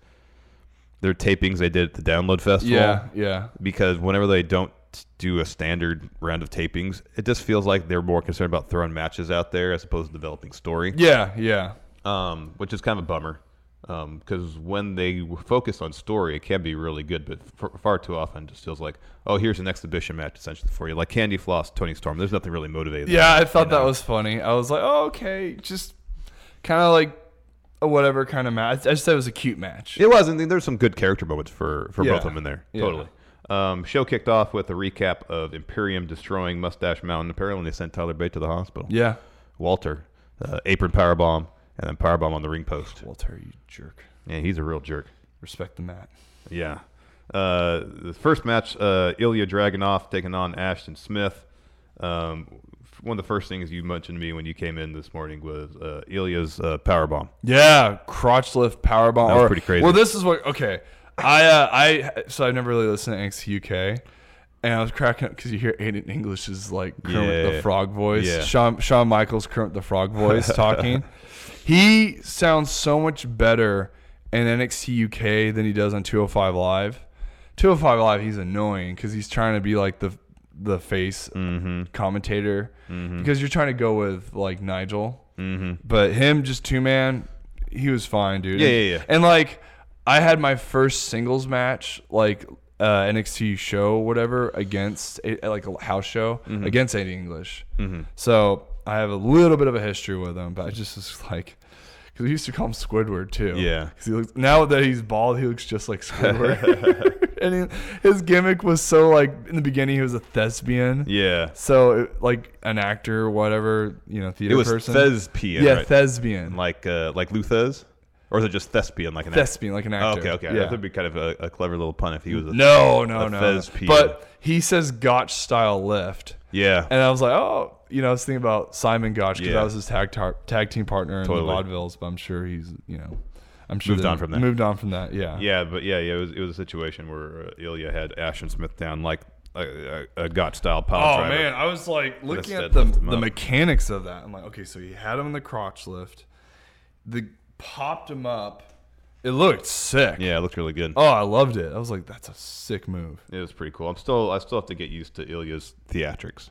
D: their tapings they did at the Download Festival.
E: yeah, yeah.
D: Because whenever they don't do a standard round of tapings, it just feels like they're more concerned about throwing matches out there as opposed to developing story.
E: Yeah, yeah.
D: Um, which is kind of a bummer. Because when they w- focus on story, it can be really good, but f- far too often it just feels like, oh, here's an exhibition match essentially for you, like Candy Floss, Tony Storm. There's nothing really motivated. there,
E: Yeah, I thought
D: you
E: that
D: know?
E: was funny. I was like, oh, okay, just kind of like a whatever kind of match. I just said it was a cute match.
D: It was, and there's some good character moments for for
E: Yeah.
D: both of them in there.
E: Yeah.
D: Totally. Um, show kicked off with a recap of Imperium destroying Mustache Mountain. Apparently, they sent Tyler Bate to the hospital.
E: Yeah.
D: Walter, uh, apron powerbomb, and then powerbomb on the ring post.
E: Walter, you jerk.
D: Yeah, he's a real jerk.
E: Respect the mat.
D: Yeah. Uh, the first match, uh, Ilya Dragunov taking on Ashton Smith. Um, f- one of the first things you mentioned to me when you came in this morning was uh, Ilya's uh, powerbomb.
E: Yeah, crotch lift powerbomb.
D: That was
E: Or-
D: pretty crazy.
E: Well, this is what okay. I uh, I so I've never really listened to NXT UK, and I was cracking up because you hear Aiden English is like Kermit
D: Yeah.
E: the Frog voice.
D: Yeah.
E: Shawn Shawn Michaels Kermit the Frog voice talking. He sounds so much better in NXT UK than he does on 205 Live. 205 Live, he's annoying because he's trying to be like the the face
D: Mm-hmm.
E: commentator because you're trying to go with like Nigel. But him just two man, he was fine, dude.
D: Mm-hmm. Yeah, yeah, yeah.
E: And like, I had my first singles match, like uh, NXT show, whatever, against at, like a house show
D: Mm-hmm.
E: against Andy English. So I have a little bit of a history with him, but I just was like. Because we used to call him Squidward too.
D: Yeah.
E: 'Cause he looks now that he's bald, he looks just like Squidward. and he, his gimmick was so like in the beginning he was a thespian.
D: Yeah.
E: So it, like an actor or whatever, you know, theater
D: It was
E: person.
D: thespian.
E: Yeah,
D: right?
E: thespian.
D: Like uh, like Luthes, or is it just thespian like an
E: Thespian, like an
D: Oh,
E: actor.
D: okay, okay.
E: Yeah.
D: That would be kind of a, a clever little pun if he was a
E: No, no,
D: a
E: no.
D: thespian.
E: But he says Gotch style lift.
D: Yeah.
E: And I was like, oh, you know, I was thinking about Simon Gotch because
D: Yeah.
E: that was his tag tar- tag team partner in
D: Totally.
E: the Vaudevilles, but I'm sure he's, you know, I'm sure
D: Moved
E: they
D: on from that.
E: Moved on from that, yeah.
D: Yeah, but yeah, yeah, it was it was a situation where uh, Ilya had Ashton Smith down like a, a, a got style
E: Oh
D: power driver.
E: man, I was like looking
D: Let's
E: at
D: deadlift
E: the,
D: him
E: the
D: up.
E: mechanics of that. I'm like, okay, so he had him in the crotch lift, the popped him up. It looked sick.
D: Yeah, it looked really good.
E: Oh, I loved it. I was like, that's a sick move.
D: It was pretty cool. I'm still I still have to get used to Ilya's theatrics.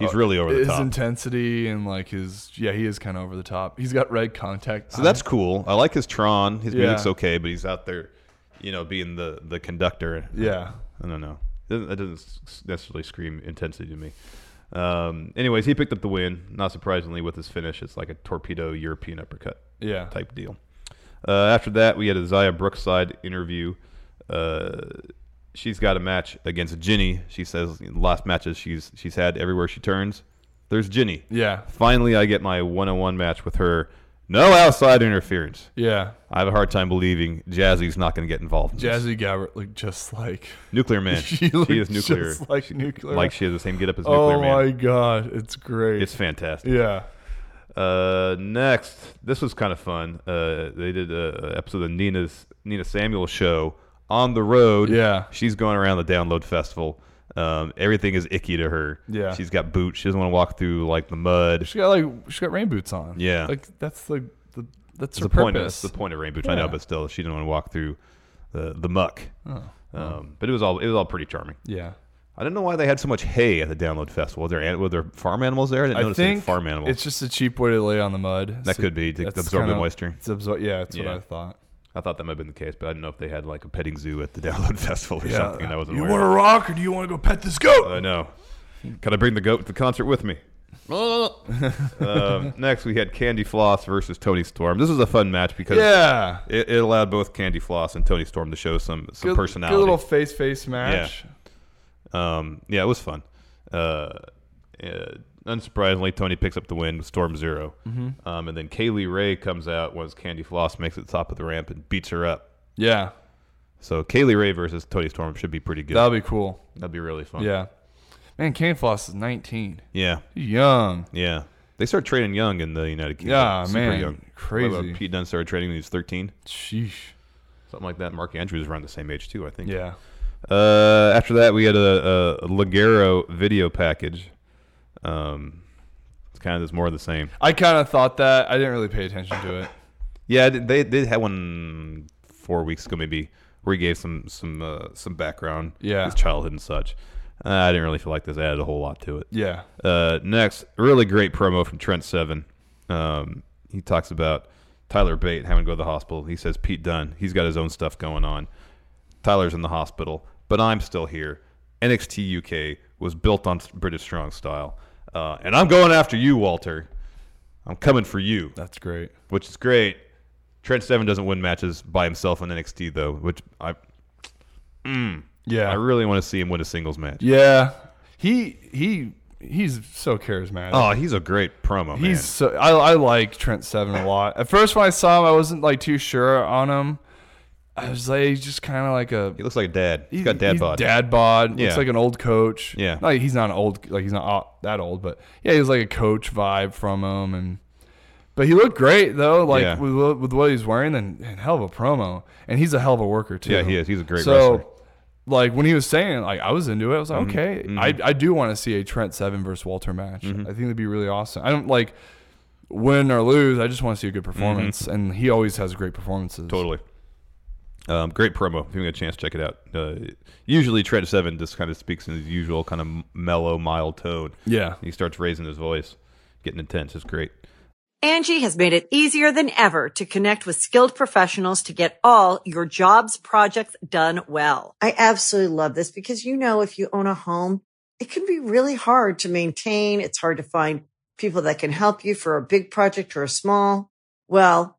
D: He's really over the
E: Uh, his
D: top.
E: intensity and like his yeah, he is kind of over the top. He's got red contact.
D: so that's cool. I like his Tron. His
E: Yeah.
D: music's okay, but he's out there, you know, being the the conductor.
E: Yeah.
D: I don't know. Doesn't- That doesn't s- necessarily scream intensity to me. Um, anyways, he picked up the win. Not surprisingly, with his finish, it's like a torpedo European uppercut.
E: Yeah.
D: type deal. Uh, after that, we had a Zaya Brookside interview. Uh, she's got a match against Ginny. She says in the last matches she's she's had everywhere she turns. There's Ginny.
E: Yeah.
D: Finally, I get my one-on-one match with her. No outside interference.
E: Yeah.
D: I have a hard time believing Jazzy's not going to get involved. in this.
E: Jazzy Gabbert looked just like
D: Nuclear Man. she,
E: looked
D: is nuclear.
E: just like nuclear.
D: Like she has the same getup as Nuclear
E: oh
D: Man.
E: my god, it's great.
D: It's fantastic.
E: yeah.
D: Uh, next, this was kind of fun. Uh, they did an episode of Nina's Nina Samuel show on the road.
E: Yeah.
D: she's going around the Download Festival. Um, everything is icky to her.
E: Yeah.
D: she's got boots. She doesn't want to walk through like the mud.
E: She got like she got rain boots on.
D: Yeah.
E: Like that's the, the that's her
D: the point. Of,
E: purpose.
D: that's the point of rain boots. I know,
E: Yeah. Oh,
D: but still, she didn't want to walk through the the muck. Um, but it was all it was all pretty charming.
E: Yeah.
D: I don't know why they had so much hay at the Download Festival. Were there an- were there farm animals there? I didn't
E: I
D: notice any
E: think
D: farm animals.
E: It's just a cheap way to lay on the mud.
D: That could be, to
E: that's
D: absorb the
E: kinda-
D: moisture.
E: It's absor- yeah, that's
D: Yeah.
E: what I thought.
D: I thought that might have been the case, but I didn't know if they had like a petting zoo at the Download Festival or something. And I wasn't
E: you
D: aware
E: want
D: of. Uh,
E: to rock or do you want to go pet this goat?
D: I know. Can I bring the goat to the concert with me? um, next, we had Candy Floss versus Tony Storm. This was a fun match because
E: yeah.
D: it, it allowed both Candy Floss and Tony Storm to show some some
E: Good-
D: personality.
E: Good little face face match.
D: um, yeah, it was fun. Uh, uh, unsurprisingly, Tony picks up the win with Storm 0
E: Mm-hmm.
D: um, and then Kaylee Ray comes out once Candy Floss makes it to the top of the ramp and beats her up.
E: Yeah.
D: So Kaylee Ray versus Tony Storm should be pretty good.
E: That'll be cool.
D: That'd be really fun.
E: Yeah. Man, Kane Floss is 19.
D: Yeah.
E: He's young.
D: Yeah. They start trading young in the United Kingdom.
E: Yeah,
D: Super
E: man.
D: young.
E: Crazy.
D: What about Pete Dunne started trading when he was 13,
E: Sheesh.
D: something like that. Mark Andrews is around the same age, too, I think.
E: Yeah.
D: Uh, after that, we had a, a Ligero video package. Um, it's kind of just more of the same.
E: I kind of thought that. I didn't really pay attention to it.
D: Yeah, they- they they had one four weeks ago maybe where he gave some some uh, some background,
E: Yeah.
D: his childhood and such. Uh, I didn't really feel like this added a whole lot to it.
E: Yeah.
D: Uh, next, really great promo from Trent Seven. Um, he talks about Tyler Bate having to go to the hospital. He says Pete Dunn, he's got his own stuff going on. Tyler's in the hospital, but I'm still here. NXT UK was built on British strong style, uh, and I'm going after you, Walter. I'm coming for you,
E: That's great.
D: which is great. Trent Seven doesn't win matches by himself in NXT though, which I
E: Yeah.
D: I really want to see him win a singles match.
E: yeah. He he he's so charismatic.
D: Oh, he's a great promo. Oh, man.
E: He's so I, I like Trent Seven a lot. At first, when I saw him, I wasn't like too sure on him. I was like, he's just kind of like a
D: he looks like a dad. He's got dad bod.
E: Dad bod.
D: Yeah.
E: Looks like an old coach.
D: Yeah.
E: Like he's not an old. Like he's not uh, that old, but yeah, he was like a coach vibe from him, and but he looked great though. Like
D: Yeah.
E: with, what- with what he's wearing and, and hell of a promo, and he's a hell of a worker too.
D: Yeah, he is. He's a great
E: so,
D: wrestler. Mm-hmm.
E: Like when he was saying, like I was into it. I was like, okay, I, I do want to see a Trent Seven versus Walter match.
D: Mm-hmm.
E: I think it'd be really awesome. I don't like win or lose. I just want to see a good performance, and he always has great performances.
D: Mm-hmm. Totally. Um, great promo. If you get a chance, check it out. Uh, usually, Trent Seven just kind of speaks in his usual kind of mellow, mild tone.
E: Yeah.
D: He starts raising his voice, getting intense. It's great.
I: Angie has made it easier than ever to connect with skilled professionals to get all your jobs projects done well. I absolutely love this because, you know, if you own a home, it can be really hard to maintain. It's hard to find people that can help you for a big project or a small. Well,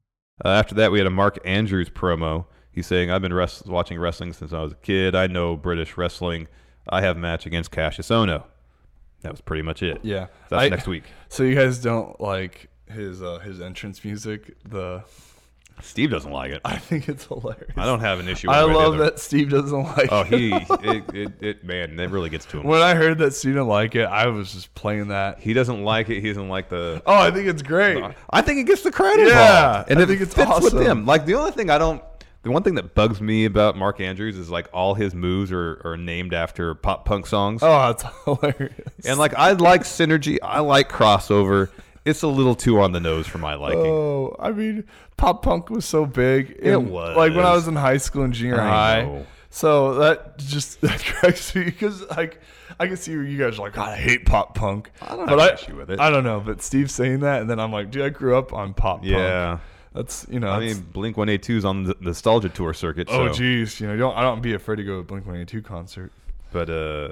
D: Uh, after that, we had a Mark Andrews promo. He's saying, I've been wrest- watching wrestling since I was a kid. I know British wrestling. I have a match against Cassius Ono. That was pretty much it.
E: Yeah,
D: So That's
E: I-
D: next week.
E: So you guys don't like his uh, his entrance music. The
D: Steve doesn't like it.
E: I think it's hilarious.
D: I don't have an issue with
E: I
D: it
E: love
D: either.
E: that Steve doesn't like.
D: Oh,
E: it.
D: he, it, it, it, man, that really gets to him.
E: when I heard that Steve didn't like it, I was just playing that.
D: He doesn't like it. He doesn't like the.
E: Oh, I think it's great.
D: I think it gets the credit.
E: Yeah,
D: involved. and
E: I
D: it
E: think it's
D: fits
E: awesome.
D: with him. Like the only thing I don't, the one thing that bugs me about Mark Andrews is like all his moves are, are named after pop punk songs.
E: Oh, it's hilarious.
D: And like I like synergy, I like crossover. It's a little too on the nose for my liking.
E: Oh, I mean, pop punk was so big.
D: It
E: in-
D: was.
E: like when I was in high school and junior
D: I
E: high.
D: know.
E: So that just that cracks me because like I can see where you guys are like, God, I hate pop punk. I
D: don't
E: but
D: have an
E: I,
D: issue with it.
E: I don't know, but Steve's saying that, and then I'm like, dude, I grew up on pop.
D: Yeah.
E: punk. that's you know.
D: I
E: that's-
D: mean, Blink 182's on the nostalgia tour circuit.
E: oh
D: so.
E: geez, you know, you don't I don't be afraid to go to a Blink One Eighty Two concert.
D: But uh,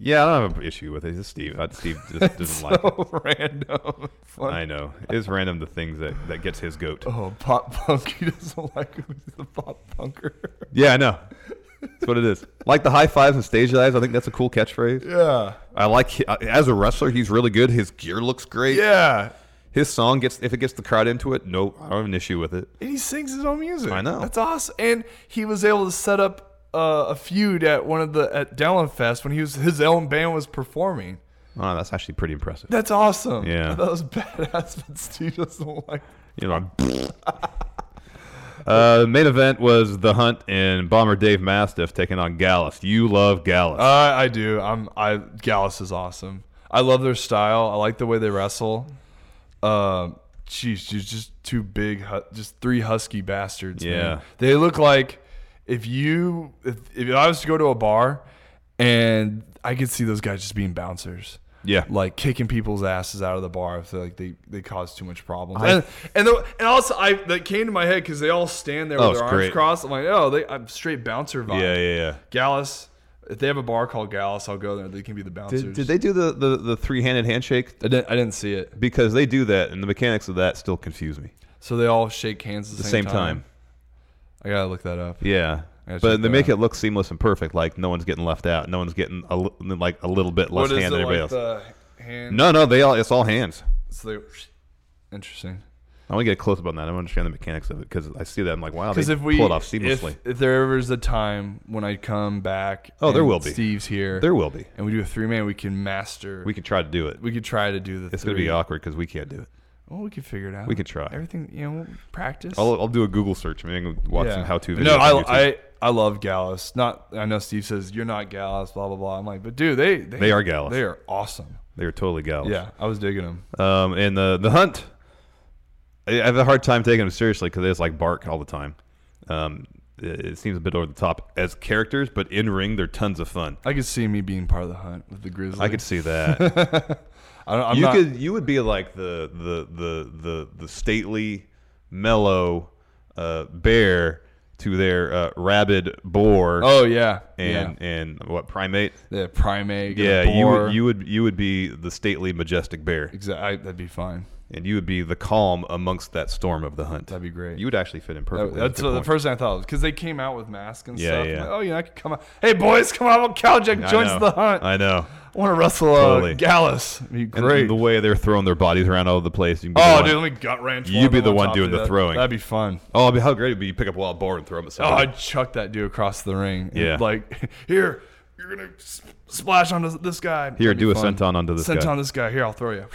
D: yeah, I don't have an issue with it. It's just Steve. I- Steve just doesn't like
E: so
D: it.
E: random. Funny.
D: I know. It's random the things that, that gets his goat.
E: Oh, pop punk. He doesn't like it. He's the pop punker.
D: Yeah, I know. That's what it is. Like the high fives and stage dives. I think that's a cool catchphrase.
E: Yeah.
D: I like hi- uh, as a wrestler, he's really good. His gear looks great.
E: Yeah.
D: His song gets if it gets the crowd into it. No, I don't have an issue with it.
E: And he sings his own music.
D: I know.
E: That's awesome. And he was able to set up uh, a feud at one of the at Download Fest when he was his own band was performing.
D: Oh, that's actually pretty impressive.
E: That's awesome.
D: Yeah.
E: That was badass, but Steve doesn't like
D: You know. Uh, main event was the Hunt and Bomber Dave Mastiff taking on Gallus. You love Gallus.
E: uh, I do. I'm I Gallus is awesome. I love their style. I like the way they wrestle. Um Jeez, just just two big, hu- just three husky bastards. man.
D: Yeah.
E: they look like if you if, if I was to go to a bar, and I could see those guys just being bouncers.
D: yeah,
E: like kicking people's asses out of the bar if they like they, they cause too much problems.
D: I-
E: and and, the, and also I that came to my head because they all stand there with
D: Oh, it's
E: their arms
D: great.
E: crossed. I'm like, oh, they I'm straight bouncer vibe.
D: yeah, yeah, yeah.
E: Gallus, if they have a bar called Gallus, I'll go there. They can be the bouncers.
D: Did, did they do the, the, the three handed handshake?
E: I didn't, I didn't see it.
D: Because they do that, and the mechanics of that still confuse me.
E: So they all shake hands at the,
D: The same, time.
E: I gotta look that up.
D: Yeah.
E: I gotta check
D: But they
E: that
D: make
E: out.
D: it look seamless and perfect. Like no one's getting left out. No one's getting a, li- like a little bit less
E: What is
D: hand
E: the,
D: than everybody
E: like, uh,
D: else.
E: the hand?
D: No, no, they all it's all hands.
E: So they, interesting.
D: I want to get a close up on that. I want to understand the mechanics of it because I see that I'm like, wow,
E: Because
D: they
E: if we
D: pull it off
E: if,
D: seamlessly.
E: if there ever is a time when I come back,
D: Oh, there
E: and
D: will be.
E: Steve's here.
D: there will be.
E: and we do a three man, we can master.
D: We could try to do it.
E: we could try to do the.
D: It's going to
E: three.
D: be awkward because we can't do it.
E: Well, we could figure it out.
D: We could try.
E: everything. You know, practice.
D: I'll, I'll do a Google search. Maybe I can watch some how to videos.
E: No,
D: on YouTube.
E: I, I I love Gallus. Not I know Steve says you're not Gallus. Blah blah blah. I'm like, but dude, they they,
D: They are Gallus.
E: They are awesome.
D: they were totally gallus.
E: Yeah, I was digging them.
D: Um, and the the hunt, I I have a hard time taking them seriously because they just like bark all the time. Um, it, it seems a bit over the top as characters, but in ring they're tons of fun.
E: I could see me being part of the hunt with the Grizzlies.
D: I could see that.
E: I don't, I'm
D: you
E: not,
D: could you would be like the the the the the stately, mellow, uh, bear to their uh, rabid boar.
E: Oh yeah.
D: And, and what primate?
E: yeah. The primate.
D: Yeah,
E: the
D: you
E: boar.
D: would, you would you would be the stately, majestic bear,
E: Exactly. That'd be fine.
D: and you would be the calm amongst that storm of the hunt.
E: That'd be great.
D: You would actually fit in
E: That-
D: perfectly.
E: that's
D: a good
E: the
D: point.
E: first thing I thought because they came out with masks and
D: Yeah,
E: stuff. I'm
D: yeah.
E: like, oh, you know, I could come out. Hey, boys, come out! Cowjack
D: I
E: joins
D: know.
E: the hunt.
D: I know.
E: I want to wrestle uh,
D: Totally.
E: Gallus. It'd be
D: And
E: great.
D: the way they're throwing their bodies around all over the place. You can be the
E: oh,
D: one-
E: dude, let me gut wrench.
D: You'd be
E: and
D: the
E: on
D: one
E: top
D: doing
E: of
D: the
E: that.
D: throng.
E: That'd be fun.
D: Oh, I mean, how great it would be. You pick up a wild boar and throw him at
E: Oh,
D: somebody.
E: I'd chuck that dude across the ring. and,
D: Yeah.
E: like here, You're gonna s- splash onto this guy.
D: Here,
E: That'd be
D: do a
E: fun.
D: senton onto this guy.
E: Senton on this guy. Here, I'll throw you. That'd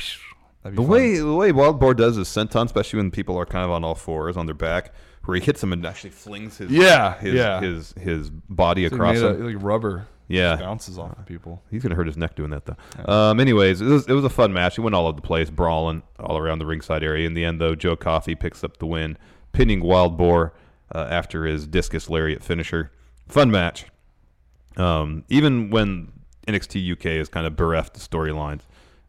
D: The
E: be fun.
D: way the way wild boar does his senton, especially when people are kind of on all fours on their back, where he hits them and actually flings his
E: Yeah,
D: his,
E: yeah.
D: his his body
E: It's like
D: across
E: made of-
D: him
E: like rubber.
D: Yeah,
E: Just bounces off of people.
D: He's gonna hurt his neck doing that though. Um, anyways, it was, it was a fun match. He went all over the place, brawling all around the ringside area. In the end, though, Joe Coffey picks up the win, pinning Wild Boar uh, after his discus lariat finisher. Fun match. Um, even when NXT UK is kind of bereft of storylines,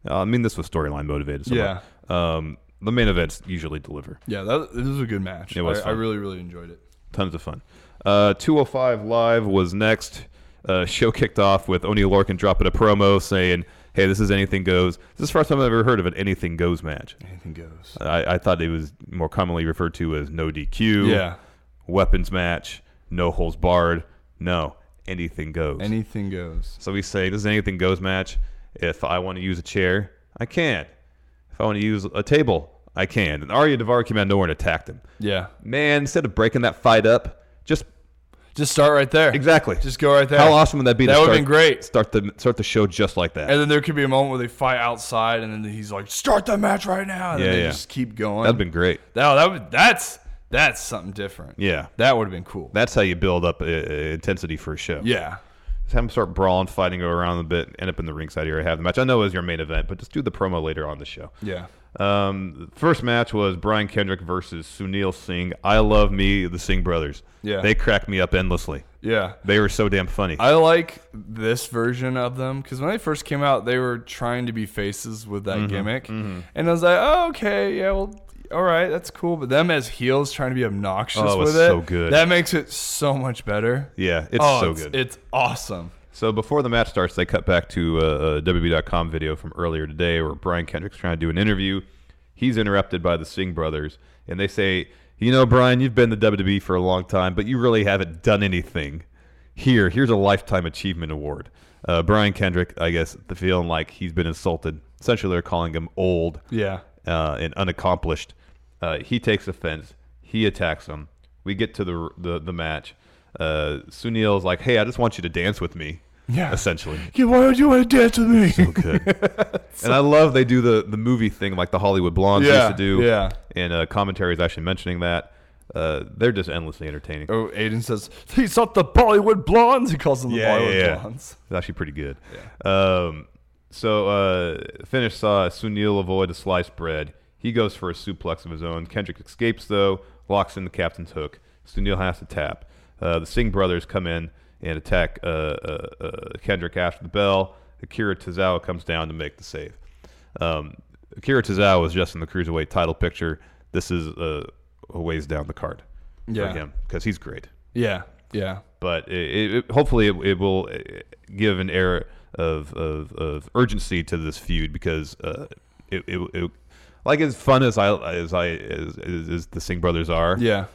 D: uh, I mean, this was storyline motivated. somewhat. Um, the main events usually deliver.
E: Yeah, that this was a good match.
D: It was
E: I, I
D: fun.
E: really, really enjoyed it.
D: Tons of fun. Uh, 205 Live was next. Uh, show kicked off with O'Neal Lorcan dropping a promo saying, Hey, this is Anything Goes. This is the first time I've ever heard of an Anything Goes match.
E: Anything Goes.
D: I, I thought it was more commonly referred to as No DQ,
E: Yeah.
D: Weapons Match, No Holes Barred. No, Anything Goes.
E: Anything goes.
D: So we say, This is an Anything Goes match. If I want to use a chair, I can. If I want to use a table, I can. And Arya Devar came out of nowhere and attacked him.
E: Yeah.
D: Man, instead of breaking that fight up, just
E: Just start right there.
D: Exactly.
E: Just go right there.
D: How awesome would that be?
E: That
D: to
E: would have
D: start-
E: been great.
D: Start the start the show just like that.
E: And then there could be a moment where they fight outside, and then he's like, "Start the match right now!" And
D: Yeah,
E: then they
D: yeah.
E: just keep going.
D: That'd been great.
E: That, that would that's that's something different.
D: Yeah,
E: that would have been cool.
D: That's how you build up uh, intensity for a show.
E: Yeah.
D: Just have them start brawling, fighting around a bit, end up in the ringside area, have the match. I know it was your main event, but just do the promo later on the show.
E: Yeah.
D: Um, first match was Brian Kendrick versus Sunil Singh. I love me the Singh brothers.
E: Yeah.
D: They cracked me up endlessly.
E: Yeah.
D: They were so damn funny.
E: I like this version of them because when they first came out, they were trying to be faces with that
D: Mhm,
E: gimmick,
D: mhm.
E: and I was like, "Oh, okay, yeah, well, all right, that's cool." But them as heels trying to be obnoxious
D: Oh, it was
E: with it,
D: so good.
E: That makes it so much better.
D: Yeah, it's
E: Oh,
D: so
E: it's-
D: good.
E: It's awesome.
D: So before the match starts, they cut back to uh, a, a WB.com E video from earlier today where Brian Kendrick's trying to do an interview. He's interrupted by the Singh brothers, and they say, You know, Brian, you've been the WWE for a long time, but you really haven't done anything. Here, here's a Lifetime Achievement Award. Uh, Brian Kendrick, I guess, the feeling like he's been insulted. Essentially, they're calling him old
E: Yeah.
D: uh, and unaccomplished. Uh, he takes offense. He attacks him. We get to the the, the match. Uh, Sunil's like, "Hey, I just want you to dance with me."
E: Yeah.
D: essentially.
E: Yeah, why would you want to dance with me? So
D: good. and I love they do the the movie thing like the Hollywood Blondes
E: Yeah,
D: used to do.
E: yeah.
D: and uh, commentary is actually mentioning that. Uh, they're just endlessly entertaining.
E: Oh, Aiden says he's not the Bollywood blondes. He calls them the Bollywood blondes.
D: It's actually pretty good. Um, so uh, finish saw Sunil avoid a sliced bread. He goes for a suplex of his own. Kendrick escapes though, locks in the captain's hook. Sunil has to tap. Uh, the Singh brothers come in and attack uh, uh, uh, Kendrick after the bell. Akira Tozawa comes down to make the save. Um, Akira Tozawa is just in the cruiserweight title picture. This is uh, a ways down the card
E: Yeah.
D: for him because he's great
E: Yeah, yeah.
D: but it, it, hopefully it, it will uh, give an air of, of, of urgency to this feud because uh, it, it, it like as fun as I as I as, as, as the Singh brothers are,
E: Yeah.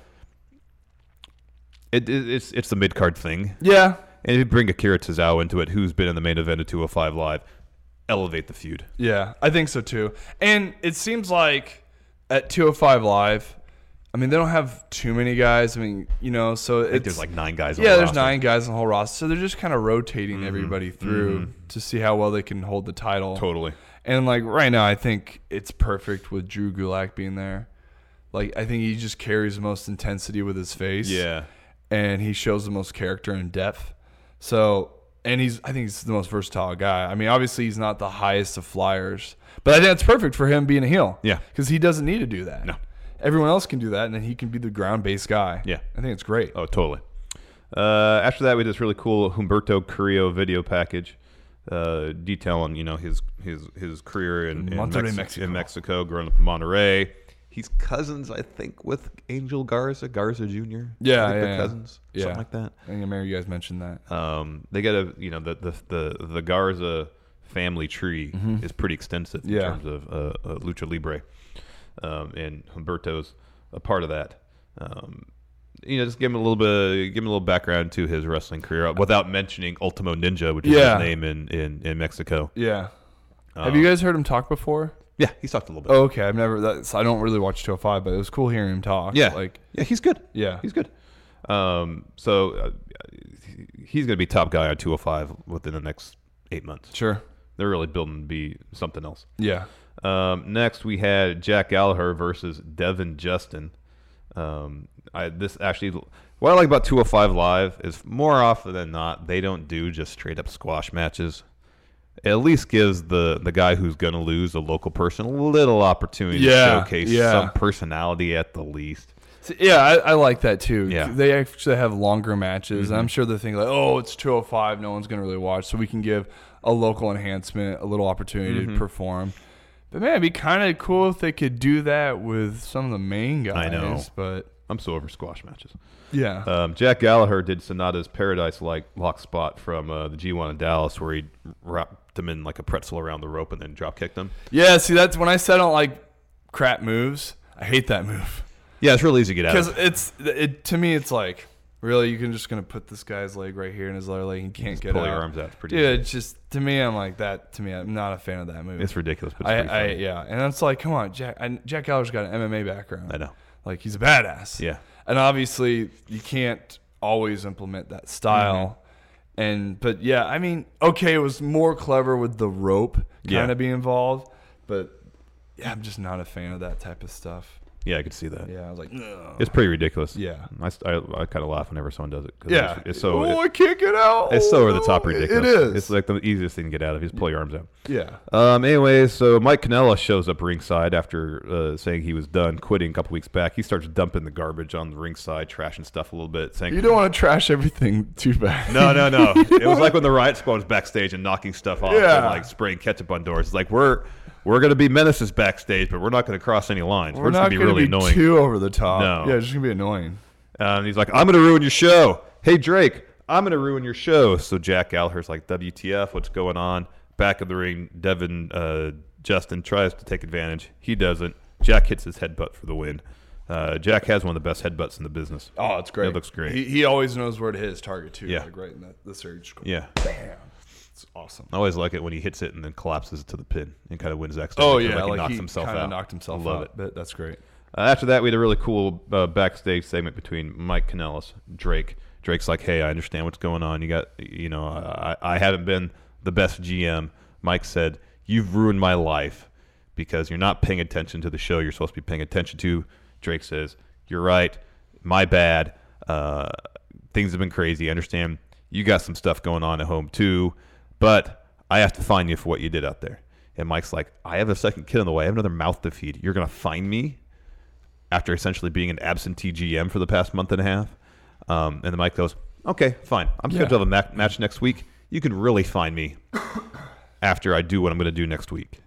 D: it, it- it's it's the mid card thing,
E: Yeah.
D: and if you bring Akira Tozawa into it, who's been in the main event of 205 Live, elevate the feud.
E: Yeah, I think so too. And it seems like at 205 Live, I mean, they don't have too many guys. I mean, you know, so it's,
D: there's like nine guys on
E: Yeah,
D: the
E: there's
D: roster. Mm-hmm,
E: nine guys on the whole roster. So they're just kind of rotating everybody through to see how well they can hold the title.
D: Totally.
E: And like right now, I think it's perfect with Drew Gulak being there. Like I think he just carries the most intensity with his face.
D: Yeah.
E: And he shows the most character and depth. So and he's I think he's the most versatile guy. I mean, obviously he's not the highest of flyers, but I think that's perfect for him being a heel.
D: Yeah.
E: Because he doesn't need to do that. No. Everyone else can do that, and then he can be the ground based guy.
D: Yeah.
E: I think it's great.
D: Oh, totally. Uh, after that, we did this really cool Humberto Carrillo video package, uh, detailing you know his his his career in in,
E: Monterrey,
D: Mexi-
E: Mexico.
D: in Mexico, growing up in Monterey. He's cousins, I think, with Angel Garza, Garza Jr.
E: Yeah,
D: I think
E: yeah,
D: they're
E: yeah.
D: cousins,
E: Yeah.
D: something like that.
E: I think I remember you guys mentioned that.
D: Um, they got a you know the the the, the Garza family tree
E: Mhm.
D: is pretty extensive in
E: Yeah.
D: terms of uh, uh, lucha libre, um, and Humberto's a part of that. Um, you know, just give him a little bit, give him a little background to his wrestling career without mentioning Ultimo Ninja, which is
E: Yeah.
D: his name in in, in Mexico.
E: Yeah. Have
D: Um,
E: you guys heard him talk before?
D: Yeah, he's talked a little bit.
E: Oh, okay. I've never. That's, I don't really watch 205, but it was cool hearing him talk.
D: Yeah,
E: Like,
D: yeah, he's good.
E: Yeah.
D: he's good. Um, so uh, he's going to be top guy on 205 within the next eight months.
E: Sure.
D: They're really building to be something else.
E: Yeah.
D: Um, next, we had Jack Gallagher versus Devin Justin. Um, I this actually what I like about 205 Live is more often than not they don't do just straight up squash matches. It at least gives the the guy who's going to lose the local person a little opportunity
E: Yeah,
D: to showcase
E: yeah.
D: some personality at the least.
E: So, yeah, I, I like that too.
D: Yeah.
E: They actually have longer matches.
D: Mhm.
E: I'm sure they're thinking like, oh, it's 205. No one's going to really watch. So we can give a local enhancement a little opportunity
D: Mhm.
E: to perform. But man, it'd be kind of cool if they could do that with some of the main guys.
D: I know,
E: but
D: I'm so over squash matches.
E: Yeah.
D: Um, Jack Gallagher did Sonata's Paradise like lock spot from uh, the G1 in Dallas, where he wrapped him in like a pretzel around the rope and then drop kicked him.
E: Yeah, see, that's when I said I don't like crap moves. I hate that move
D: Yeah, it's real easy to get out.
E: because
D: of.
E: it's it to me. It's like really, you can just gonna put this guy's leg right here and his other leg, and he can't
D: Just
E: get
D: pull
E: out.
D: your arms out. It's pretty
E: Dude, it's just to me, I'm like that. To me, I'm not a fan of that move.
D: It's ridiculous, but it's
E: I,
D: pretty
E: I
D: funny.
E: yeah, and it's like, come on, Jack. I, Jack Gallagher's got an MMA background. I
D: know.
E: Like he's a badass.
D: Yeah.
E: and obviously you can't always implement that style.
D: Mm-hmm.
E: And but yeah, I mean, okay, it was more clever with the rope kind
D: Yeah.
E: of be involved, but yeah, I'm just not a fan of that type of stuff.
D: Yeah, I could see that.
E: Yeah, I was like, "Ugh."
D: It's pretty ridiculous.
E: Yeah.
D: I, kind of laugh whenever someone does it. 'cause
E: Yeah.
D: it's, it's so
E: Oh, I can't get out.
D: It's so over the top
E: Oh, it- it
D: ridiculous.
E: is.
D: It's like the easiest thing to get out of. You just pull your arms out.
E: Yeah.
D: Um. Anyways, so Mike Canella shows up ringside after uh, saying he was done quitting a couple weeks back. He starts dumping the garbage on the ringside, trashing stuff a little bit, saying
E: you don't want to trash everything too bad.
D: No, no, no. it was like when the riot squad was backstage and knocking stuff off and
E: Yeah.
D: like spraying ketchup on doors. It's like we're we're gonna be menaces backstage, but we're not gonna cross any lines.
E: We're,
D: just
E: not
D: gonna be
E: gonna
D: really
E: be
D: annoying.
E: too over the top.
D: No.
E: Yeah, it's just gonna be annoying.
D: Um, he's like, I'm gonna ruin your show. Hey Drake, I'm gonna ruin your show. So Jack Gallagher's like, WTF? What's going on? Back of the ring, Devin uh, Justin tries to take advantage. He doesn't. Jack hits his headbutt for the win. Uh, Jack has one of the best headbutts in the business.
E: Oh, it's great.
D: It looks great.
E: He, he always knows where to hit his target too.
D: Yeah.
E: like right in that, the surge.
D: Yeah. Oh,
E: bam. It's awesome.
D: I always like it when he hits it and then collapses to the pin and kind of wins that.
E: Oh, yeah,
D: like, he
E: like
D: knocks
E: he
D: himself
E: kinda
D: out.
E: knocked himself
D: I love
E: out,
D: it.
E: but that's great.
D: Uh, after that, we had a really cool uh, backstage segment between Mike Kanellis, Drake. Drake's like, "Hey, I understand what's going on. You got, you know, I, I haven't been the best GM." Mike said, "You've ruined my life because you're not paying attention to the show you're supposed to be paying attention to." Drake says, "You're right. My bad. Uh, things have been crazy. I understand. You got some stuff going on at home too, but I have to find you for what you did out there." And Mike's like, "I have a second kid on the way. I have another mouth to feed. You're gonna find me." after essentially being an absentee GM for the past month and a half. Um, and the mic goes, okay, fine. I'm scheduled to
E: Yeah.
D: have a ma- match next week. You can really find me after I do what I'm going to do next week.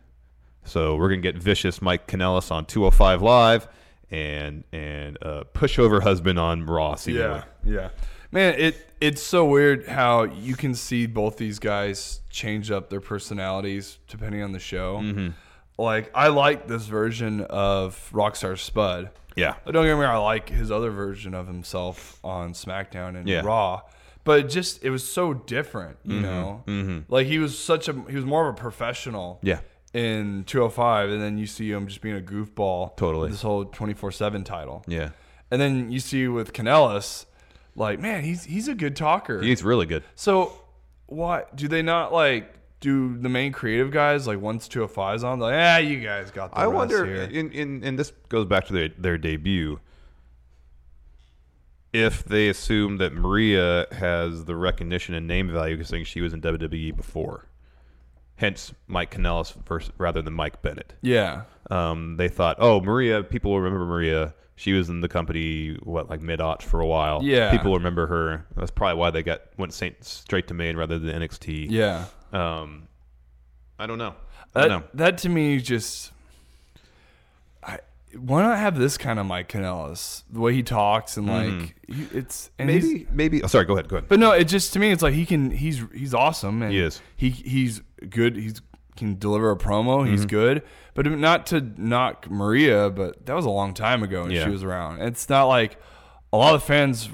D: So we're going to get vicious Mike Kanellis on 205 Live and and uh, pushover husband on Raw. Seemingly.
E: Yeah, yeah. Man, it it's so weird how you can see both these guys change up their personalities depending on the show.
D: Mhm.
E: Like I like this version of Rockstar Spud.
D: Yeah.
E: But don't get me wrong, I like his other version of himself on SmackDown and
D: Yeah.
E: Raw. But it just it was so different, you
D: Mhm,
E: know.
D: mhm.
E: Like he was such a he was more of a professional.
D: Yeah.
E: In 205, and then you see him just being a goofball.
D: Totally.
E: with This whole 24 7 title.
D: Yeah.
E: And then you see with Canellis, like, man, he's he's a good talker.
D: He's really good.
E: So why do they not like do the main creative guys like once two of five's on? Like, ah, you guys got the
D: I
E: rest
D: wonder, uh,
E: here.
D: in, in, and this goes back to their, their debut, if they assume that Maria has the recognition and name value because she was in WWE before. Hence, Mike Kanellis versus, rather than Mike Bennett.
E: Yeah.
D: Um, they thought, oh, Maria, people will remember Maria. She was in the company, what, like mid aughts for a while.
E: Yeah.
D: People remember her. That's probably why they got went saint, straight to main rather than NXT.
E: Yeah.
D: Um, I don't know. I
E: That,
D: don't know.
E: that to me just I why not have this kind of Mike Canellis? The way he talks and like
D: Mhm.
E: he- it's and he's-
D: Maybe, maybe. Oh, sorry, go ahead. Go ahead.
E: But no, it just to me, it's like he can. He's he's awesome. And
D: He is.
E: He he's good. He's can deliver a promo. He's
D: Mhm.
E: good. But not to knock Maria, but that was a long time ago, and
D: Yeah.
E: she was around. It's not like a lot of fans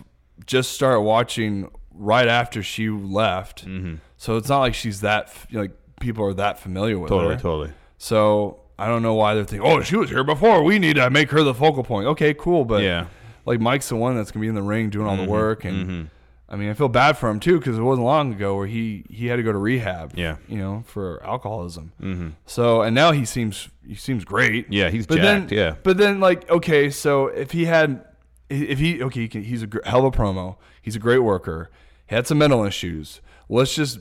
E: just start watching right after she left.
D: Mm-hmm.
E: So it's not like she's that f- like people are that familiar with
D: Totally,
E: her.
D: totally.
E: So I don't know why they're thinking, oh, she was here before. We need to make her the focal point. Okay, cool. But
D: Yeah.
E: like Mike's the one that's gonna be in the ring doing all
D: Mhm,
E: the work and. I mean, I feel bad for him too because it wasn't long ago where he he had to go to rehab.
D: Yeah.
E: you know, for alcoholism.
D: Mhm.
E: So and now he seems he seems great.
D: Yeah, he's
E: but
D: jacked.
E: then
D: yeah.
E: but then like okay, so if he had if he okay, he can, he's a gr- hell of a promo. He's a great worker. He had some mental issues. Let's just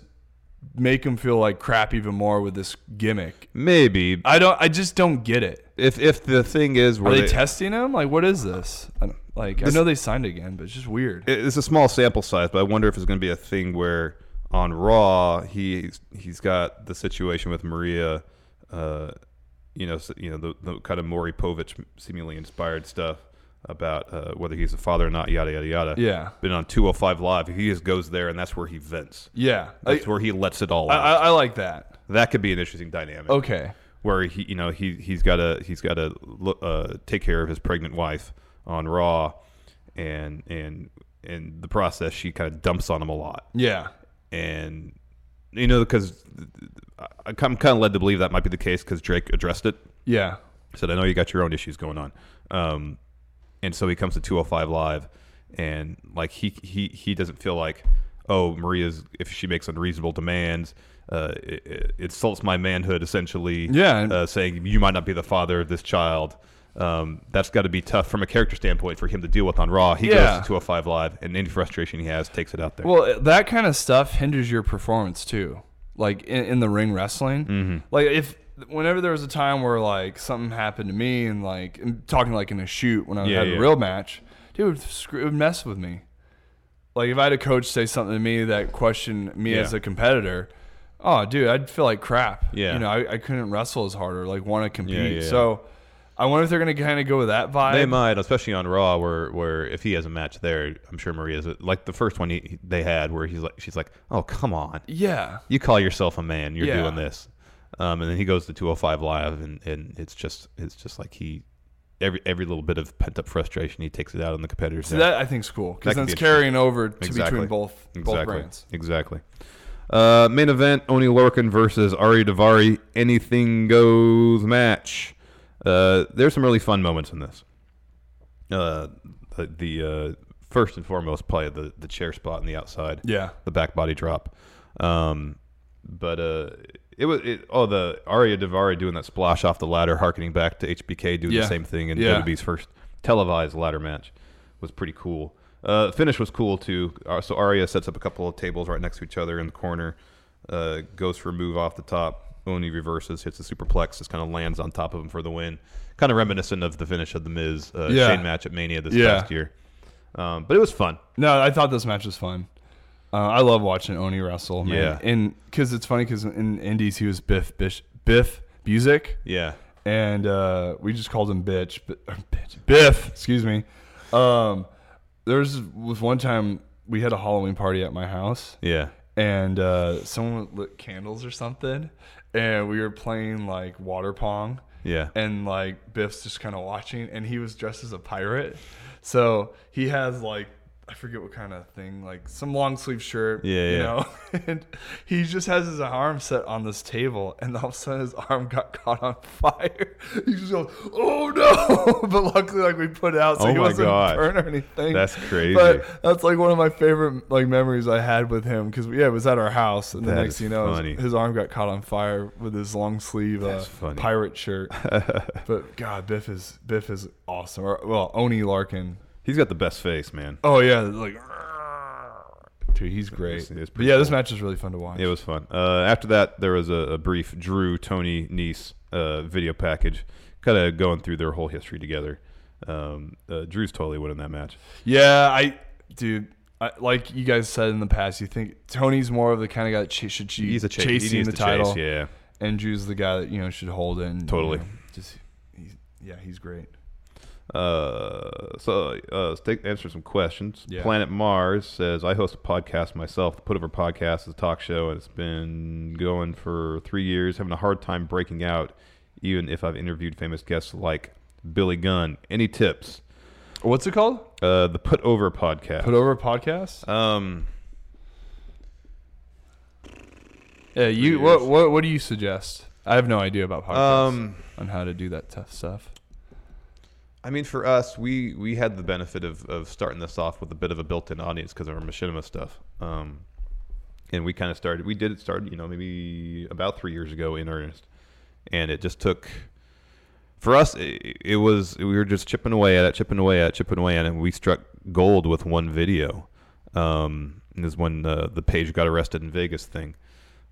E: make him feel like crap even more with this gimmick.
D: Maybe
E: I don't. I just don't get it.
D: If if the thing is, were
E: Are they,
D: they-
E: testing him? Like, what is this? I don't- Like,
D: This-
E: I know they signed again, but it's just weird.
D: It- It's a small sample size, but I wonder if it's going to be a thing where on Raw he's he's got the situation with Maria, uh, you know, s- you know the, the kind of Maury Povich seemingly inspired stuff about uh, whether he's a father or not, yada yada yada.
E: Yeah.
D: Been on 205 Live, he just goes there and that's where he vents.
E: Yeah.
D: that's where he lets it all
E: I,
D: out.
E: I, I like that.
D: That could be an interesting dynamic.
E: Okay.
D: Where he, you know, he he's got to he's got to uh, take care of his pregnant wife on Raw, and and in the process she kind of dumps on him a lot.
E: Yeah.
D: And you know because I'm kind of led to believe that might be the case because Drake addressed it.
E: Yeah.
D: Said I know you got your own issues going on, um, and so he comes to 205 Live, and like he he he doesn't feel like oh Maria's if she makes unreasonable demands. Uh, it, it insults my manhood essentially.
E: Yeah, and-
D: uh, saying you might not be the father of this child. Um, that's got to be tough from a character standpoint for him to deal with on Raw. He
E: Yeah.
D: goes to 205 Live, and any frustration he has takes it out there.
E: Well, that kind of stuff hinders your performance too. Like in, in the ring wrestling,
D: Mhm.
E: like if whenever there was a time where like something happened to me and like I'm talking like in a shoot when I
D: Yeah,
E: had
D: yeah.
E: a real match, dude, it would, screw, it would mess with me. Like if I had a coach say something to me that questioned me
D: Yeah.
E: as a competitor, oh dude, I'd feel like crap.
D: Yeah.
E: you know, I, I couldn't wrestle as hard or like want to compete.
D: yeah.
E: So I wonder if they're gonna kind of go with that vibe.
D: They might, especially on Raw, where where if he has a match there, I'm sure Maria's like the first one he, they had, where he's like, she's like, "Oh, come on,
E: Yeah.
D: you call yourself a man, you're
E: Yeah.
D: doing this," um, and then he goes to 205 Live, and, and it's just it's just like he every every little bit of pent up frustration he takes it out on the competitors.
E: So
D: there.
E: that I think's cool, 'cause
D: That could
E: then
D: be
E: it's
D: interesting.
E: carrying over to between both- both
D: exactly.
E: brands.
D: Exactly. Uh, main event: Oni Lorcan versus Ari Davari. Anything goes match. Uh, there's some really fun moments in this. Uh, the the uh, first and foremost, probably the the chair spot on the outside.
E: Yeah.
D: the back body drop. Um, but uh, it was it, oh the Arya Davari doing that splash off the ladder, harkening back to HBK doing
E: Yeah.
D: the same thing in
E: Yeah.
D: WWE's first televised ladder match was pretty cool. Uh, finish was cool too. Uh, so Arya sets up a couple of tables right next to each other in the corner, uh, goes for a move off the top. Oni reverses, hits a superplex, just kind of lands on top of him for the win. Kind of reminiscent of the finish of the Miz uh,
E: Yeah.
D: Shane match at Mania this
E: Yeah.
D: past year. Um, but it was fun.
E: No, I thought this match was fun. Uh, I love watching Oni wrestle, man.
D: Yeah.
E: and because it's funny because in Indies he was Biff Bish, Biff Music.
D: Yeah.
E: and uh, we just called him bitch, but, or bitch Biff. Excuse me. Um, there's was one time we had a Halloween party at my house.
D: Yeah.
E: and uh, someone lit candles or something, and we were playing like water pong.
D: Yeah.
E: And like Biff's just kind of watching, and he was dressed as a pirate. So he has like, I forget what kind of thing, like some long sleeve shirt.
D: Yeah,
E: You
D: yeah.
E: know? And he just has his arm set on this table, and all of a sudden his arm got caught on fire. He just goes, oh no. but luckily, like we put it out, so
D: Oh
E: he
D: my
E: wasn't
D: gosh.
E: burned or anything.
D: That's crazy.
E: But that's like one of my favorite like memories I had with him because yeah, it was at our house, and the
D: That
E: next
D: is
E: thing you know,
D: funny.
E: his, his arm got caught on fire with his long sleeve uh,
D: That's funny.
E: pirate shirt. but God, Biff is Biff is awesome. Or, well, Oni Larkin.
D: He's got the best face, man.
E: Oh yeah, like dude, he's great. but yeah, this match is really fun to watch.
D: It was fun. Uh, after that, there was a, a brief Drew, Tony, Nice uh, video package, kind of going through their whole history together. Um, uh, Drew's totally winning that match.
E: Yeah, I dude. I, like you guys said in the past, you think Tony's more of the kind of guy that ch- should ch-
D: He's a cha- he
E: chasing
D: needs
E: the
D: to chase,
E: title,
D: yeah.
E: and Drew's the guy that you know should hold it. And,
D: Totally.
E: you know, just he's, yeah, he's great.
D: Uh, so uh, let's take, answer some questions.
E: Yeah.
D: Planet Mars says, "I host a podcast myself. The Putover Podcast is a talk show, and it's been going for three years. Having a hard time breaking out, even if I've interviewed famous guests like Billy Gunn. Any tips?
E: What's it called?
D: Uh, the Putover Podcast.
E: Put over a podcast.
D: Um,
E: Yeah, Uh, you
D: years.
E: what what what do you suggest? I have no idea about podcasts
D: Um,
E: on how to do that tough stuff.
D: I mean, for us, we we had the benefit of, of starting this off with a bit of a built-in audience because of our machinima stuff. Um, and we kind of started. We did it started, you know, maybe about three years ago in earnest, and it just took. For us, it, it was we were just chipping away at it, chipping away at it, chipping away at it, and we struck gold with one video. Um, and this is when the the page got arrested in Vegas thing.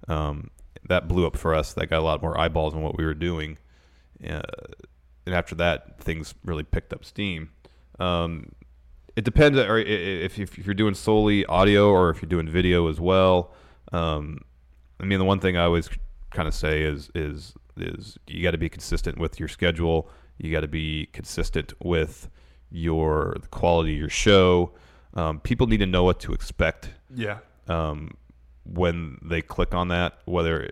D: Um, that blew up for us. That got a lot more eyeballs on what we were doing. Uh, and after that, things really picked up steam. Um, it depends, or i- i- if, if you're doing solely audio or if you're doing video as well. Um, I mean, the one thing I always kind of say is is is you got to be consistent with your schedule. You got to be consistent with your the quality of your show. Um, people need to know what to expect.
E: Yeah.
D: Um, when they click on that, whether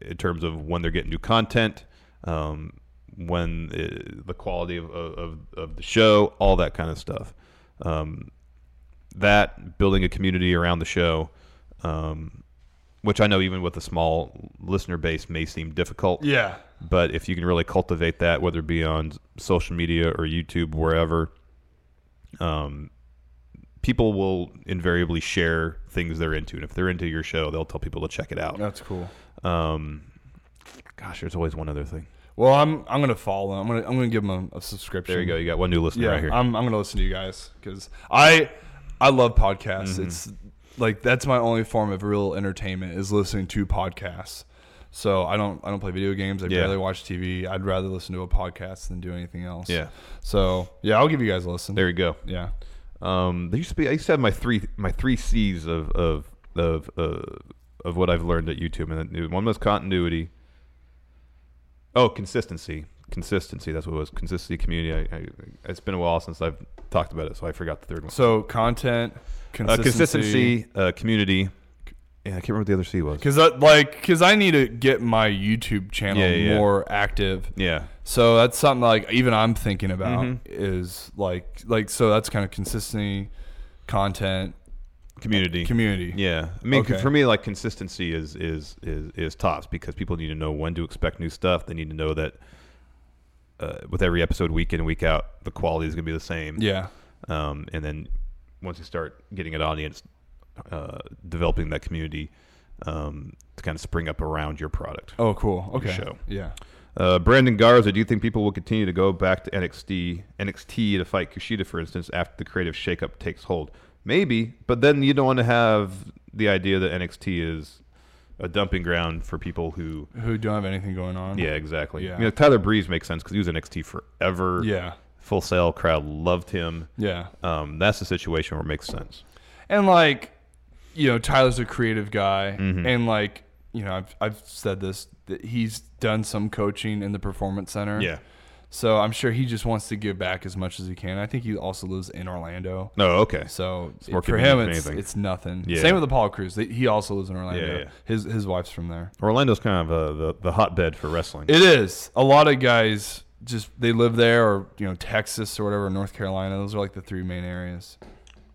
D: in terms of when they're getting new content, um, when uh the quality of, of, of the show, all that kind of stuff. Um, that building a community around the show, um, which I know even with a small listener base may seem difficult.
E: Yeah.
D: But if you can really cultivate that, whether it be on social media or YouTube, wherever, um, people will invariably share things they're into. And if they're into your show, they'll tell people to check it out.
E: That's cool.
D: Um, gosh, there's always one other thing.
E: Well, I'm I'm gonna follow them. I'm gonna I'm gonna give them a, a subscription.
D: There you go. You got one new listener
E: yeah,
D: right here.
E: I'm I'm gonna listen to you guys because I I love podcasts.
D: Mhm.
E: It's like that's my only form of real entertainment is listening to podcasts. So I don't I don't play video games. I
D: Yeah.
E: barely watch TV. I'd rather listen to a podcast than do anything else.
D: Yeah.
E: So yeah, I'll give you guys a listen.
D: There you go.
E: Yeah.
D: Um, there used to be. I used to have my three my three C's of of of uh, of what I've learned at YouTube, and it- one was continuity. Oh, consistency, consistency. That's what it was. Consistency, community. I, I, it's been a while since I've talked about it, so I forgot the third one.
E: So content
D: uh,
E: consistency.
D: consistency, uh, community. Yeah, I can't remember what the other C was.
E: Cause I, like, cause I need to get my YouTube channel
D: Yeah, yeah, yeah.
E: more active.
D: Yeah.
E: So that's something like even I'm thinking about
D: Mhm.
E: is like like so that's kind of consistency, content,
D: community,
E: community.
D: Yeah, I mean, c-
E: Okay.
D: for me, like consistency is is is is tops because people need to know when to expect new stuff. They need to know that uh, with every episode, week in and week out, the quality is going to be the same.
E: Yeah.
D: um, and then once you start getting an audience, uh, developing that community um, to kind of spring up around your product.
E: Oh, cool.
D: your
E: Okay.
D: show.
E: Yeah.
D: Uh, Brandon Garza, do you think people will continue to go back to NXT, NXT to fight Kushida, for instance, after the creative shakeup takes hold? Maybe, but then you don't want to have the idea that NXT is a dumping ground for people who.
E: Who don't have anything going on?
D: Yeah, exactly.
E: Yeah.
D: You know, Tyler Breeze makes sense because he was in NXT forever.
E: Yeah.
D: Full sale crowd loved him.
E: Yeah.
D: Um, that's the situation where it makes sense.
E: And like, you know, Tyler's a creative guy,
D: Mhm.
E: and like, you know, I've I've said this that he's done some coaching in the performance center.
D: Yeah.
E: So I'm sure he just wants to give back as much as he can. I think he also lives in Orlando.
D: Oh, okay.
E: So
D: It's more
E: for
D: convenient
E: him,
D: than
E: it's,
D: anything.
E: it's nothing.
D: Yeah.
E: Same with the Paul Cruz. They- He also lives in Orlando.
D: Yeah, yeah.
E: His his wife's from there.
D: Orlando's kind of uh, the, the hotbed for wrestling.
E: It is a lot of guys just they live there or you know Texas or whatever North Carolina. Those are like the three main areas.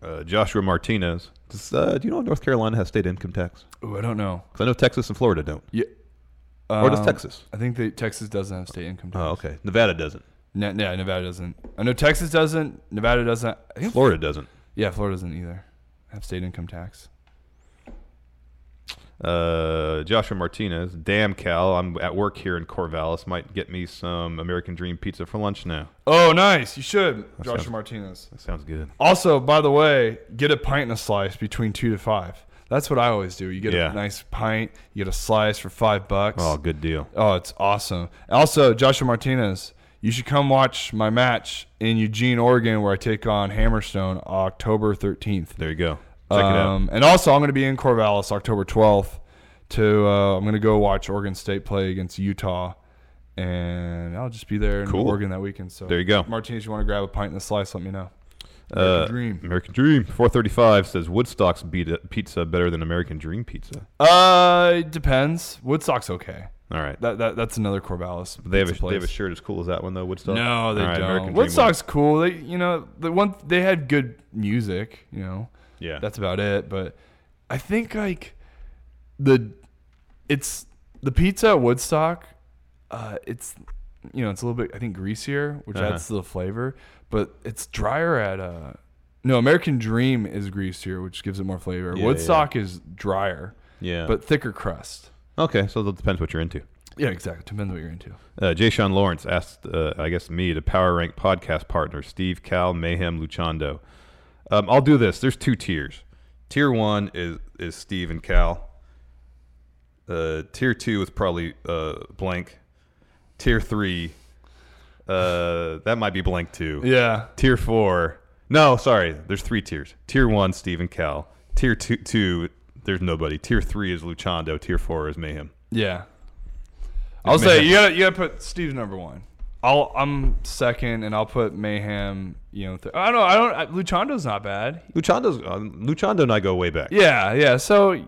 D: Uh, Joshua Martinez. Does, uh, do you know if North Carolina has state income tax?
E: Ooh, I don't know.
D: Because I know Texas and Florida don't.
E: Yeah.
D: Or does
E: Um,
D: Texas?
E: I think that Texas doesn't have state income tax.
D: Oh, okay. Nevada doesn't.
E: Ne- yeah, Nevada doesn't. I know Texas doesn't. Nevada doesn't. I think
D: Florida doesn't.
E: Yeah, Florida doesn't either. Have state income tax.
D: Uh, Joshua Martinez. Damn, Cal. I'm at work here in Corvallis. Might get me some American Dream pizza for lunch now.
E: Oh, nice. You should,
D: That
E: Joshua
D: sounds-
E: Martinez.
D: That sounds good.
E: Also, by the way, get a pint and a slice between two to five. That's what I always do. You get
D: Yeah.
E: a nice pint, you get a slice for five bucks.
D: Oh, good deal.
E: Oh, it's awesome. Also, Joshua Martinez, you should come watch my match in Eugene, Oregon, where I take on Hammerstone October 13th.
D: There you go. Check it out.
E: Um, And also, I'm going to be in Corvallis October 12th. To uh, I'm going to go watch Oregon State play against Utah, and I'll just be there in
D: Cool.
E: Oregon that weekend. So
D: There you go.
E: Martinez. You want to grab a pint and a slice? Let me know.
D: Uh,
E: American Dream.
D: American Dream. 435 says Woodstock's beat- pizza better than American Dream pizza.
E: Uh, it depends. Woodstock's okay.
D: All right.
E: That, that that's another Corvallis.
D: They have, a,
E: pizza
D: they have a
E: place.
D: shirt as cool as that one, though, Woodstock?
E: No, they
D: All right,
E: don't.
D: American Dream
E: Woodstock's cool. They you know the one they had good music. You know.
D: Yeah.
E: That's about it. But I think like the it's the pizza at Woodstock. Uh, it's you know, it's a little bit I think greasier, which
D: Uh-huh.
E: adds to the flavor, but it's drier at uh no, American Dream is greasier, which gives it more flavor.
D: Yeah,
E: Woodstock is drier.
D: Yeah.
E: But thicker crust.
D: Okay, so it depends what you're into.
E: Yeah, exactly. Depends what you're into.
D: Uh, Jay Sean Lawrence asked, uh, I guess, me to power rank podcast partners Steve, Cal, Mayhem, Luchando. Um, I'll do this. There's two tiers. Tier one is is Steve and Cal. Uh, tier two is probably uh, blank. Tier three, uh, that might be blank too.
E: Yeah.
D: Tier four. No, sorry. There's three tiers. Tier one, Steve and Cal. Tier two, two there's nobody. Tier three is Luchando. Tier four is Mayhem.
E: Yeah. I'll
D: Mayhem.
E: say you gotta you gotta put Steve's number one. I'll I'm second, and I'll put Mayhem. You know, th- I don't I don't I, Luchando's not bad.
D: Luchando's uh, Luchando and I go way back.
E: Yeah, yeah. So,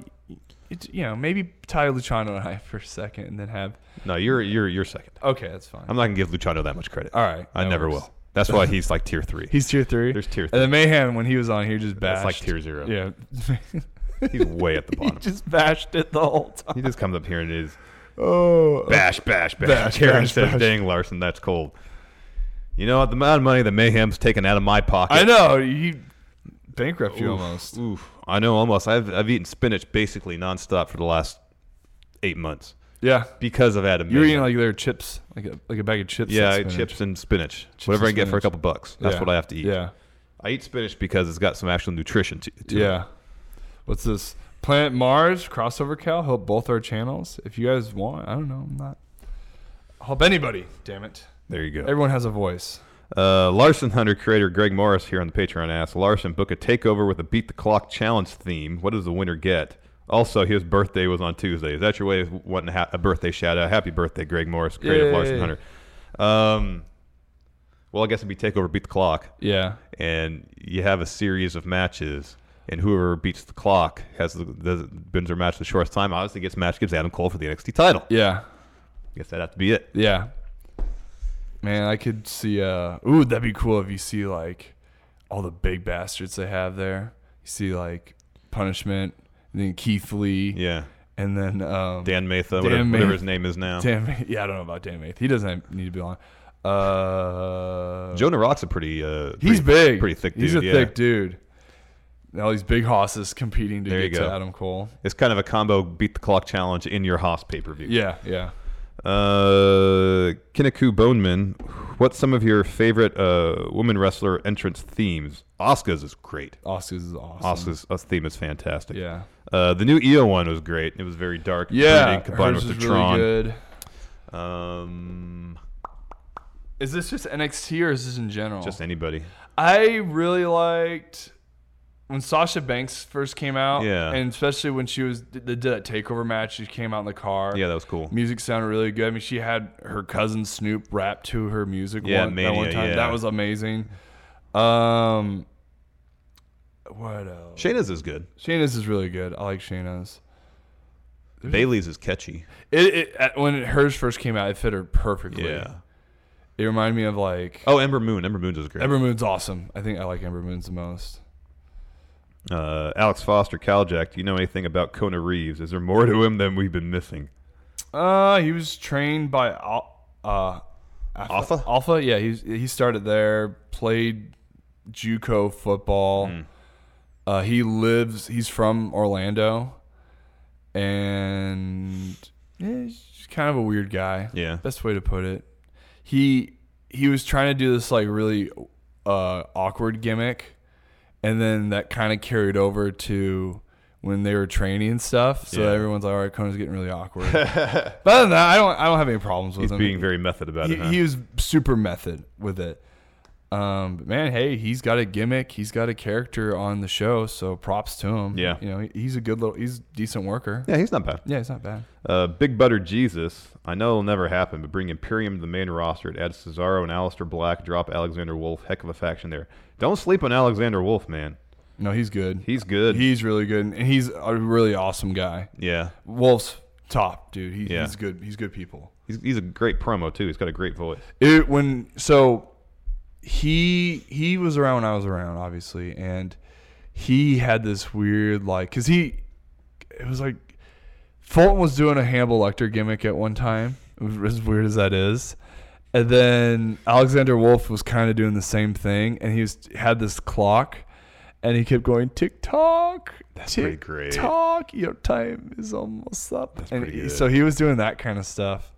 E: it's you know maybe tie Luchando and I for second, and then have
D: No, you're you're you're second.
E: okay, that's fine.
D: I'm not gonna give Luchando that much credit.
E: All right,
D: I
E: that
D: never
E: works.
D: will. That's why he's like tier three.
E: He's tier three.
D: There's tier
E: And
D: three.
E: then Mayhem when he was on here just
D: That's
E: bashed.
D: like tier zero.
E: Yeah,
D: he's way at the bottom.
E: just bashed it the whole time.
D: he just comes up here and is
E: Oh,
D: bash, bash, bash.
E: Bash,
D: Karen
E: bash,
D: says,
E: bash.
D: "Dang, Larson, that's cold." You know what? The amount of money that Mayhem's taken out of my pocket.
E: I know you bankrupt you
D: Oof,
E: almost.
D: Oof. I know almost. I've I've eaten spinach basically nonstop for the last eight months
E: Yeah,
D: because of Adam.
E: you were
D: Mayhem.
E: eating like their chips, like a like a bag of chips. and
D: yeah, I eat
E: spinach.
D: chips and spinach. Whatever
E: and
D: I get for a
E: spinach.
D: couple bucks, that's
E: Yeah.
D: what I have to eat.
E: Yeah.
D: I eat spinach because it's got some actual nutrition to, to it.
E: yeah. What's this? Planet Mars crossover Cal help both our channels. If you guys want, I don't know. I'm not help anybody. Damn it.
D: There you go.
E: Everyone has a voice.
D: Uh, Larson Hunter creator Greg Morris here on the Patreon asked Larson book a takeover with a beat the clock challenge theme. What does the winner get? Also, his birthday was on Tuesday. Is that your way of wanting a, ha- a birthday shout out? Happy birthday, Greg Morris, creator of Larson
E: Yay.
D: Hunter. Um, well, I guess it'd be takeover beat the clock,
E: Yeah.
D: and you have a series of matches, and whoever beats the clock has the, the wins their match the shortest time. Obviously, gets match gives Adam Cole for the NXT title.
E: Yeah.
D: Guess that'd have to be it.
E: Yeah. Man, I could see uh ooh, that'd be cool if you see like all the big bastards they have there. You see like punishment, and then Keith Lee.
D: Yeah,
E: And then um
D: Dan Matha,
E: Dan
D: whatever, whatever
E: Math-
D: his name is now.
E: Dan Ma- yeah, I don't know about Dan Math. He doesn't need to be on. Uh
D: Jonah Rock's a pretty uh,
E: He's
D: pretty-
E: big.
D: pretty thick dude.
E: He's a
D: yeah.
E: thick dude. And all these big hosses competing to
D: There you
E: get to
D: go.
E: Adam Cole.
D: It's kind of a combo beat the clock challenge in your Haas pay per view.
E: Yeah, yeah.
D: Uh, Kinniku Boneman, what's some of your favorite uh, woman wrestler entrance themes? Oscar's is great.
E: Oscar's is awesome.
D: Oscar's uh, theme is fantastic.
E: Yeah.
D: Uh, the new EO one was great. It was very dark. and
E: Yeah,
D: brooding, combined
E: hers
D: with
E: is
D: the
E: really
D: Tron.
E: good.
D: Um,
E: Is this just NXT or is this in general?
D: just anybody.
E: I really liked when Sasha Banks first came out.
D: Yeah.
E: And especially when she was they did that takeover match, she came out in the car.
D: Yeah, that was cool.
E: Music sounded really good. I mean, she had her cousin Snoop rap to her music
D: Yeah,
E: one, that one
D: Mania,
E: time.
D: yeah.
E: That was amazing. Um, what else?
D: Shayna's is good.
E: Shayna's is really good. I like Shayna's.
D: Bailey's is catchy.
E: It, it at- when hers first came out, it fit her perfectly.
D: Yeah.
E: It reminded me of like
D: Oh, Ember Moon. Ember Moon is great.
E: Ember Moon's awesome. I think I like Ember Moon's the most.
D: Uh, Alex Foster, Caljack, do you know anything about Kona Reeves? Is there more to him than we've been missing?
E: Uh, he was trained by Al- uh,
D: Alpha?
E: Alpha, yeah, he he started there, played JUCO football.
D: Hmm.
E: Uh, he lives. He's from Orlando, and yeah, he's just kind of a weird guy.
D: Yeah.
E: best way to put it. He he was trying to do this like really uh, awkward gimmick, and then that kind of carried over to when they were training and stuff. So
D: Yeah.
E: everyone's like, "All right, Conan's getting really awkward." but other than that, I don't I don't have any problems with
D: He's
E: him
D: being very method about
E: he,
D: it. Huh?
E: he was super method with it. Um, but man, hey, he's got a gimmick. He's got a character on the show, so props to him.
D: Yeah.
E: you know, he- he's a good little, he's a decent worker.
D: yeah, he's not bad.
E: Yeah, it's not bad.
D: Uh, Big Butter Jesus, I know it'll never happen, but bring Imperium to the main roster. It adds Cesaro and Aleister Black. Drop Alexander Wolf. Heck of a faction there. Don't sleep on Alexander Wolf, man.
E: No, he's good.
D: He's good.
E: he's really good, and he's a really awesome guy.
D: yeah,
E: Wolf's top dude. He,
D: Yeah.
E: he's good. He's good people.
D: he's, he's a great promo too. He's got a great voice.
E: it when so he he was around when I was around, obviously, and he had this weird like because he it was like Fulton was doing a Hannibal Lecter gimmick at one time, as weird as that is, And then Alexander Wolf was kind of doing the same thing, and he was had this clock, and he kept going tick tock. That's
D: pretty great.
E: Talk, your time is almost up. and
D: pretty
E: he-
D: good.
E: so he was doing that kind of stuff.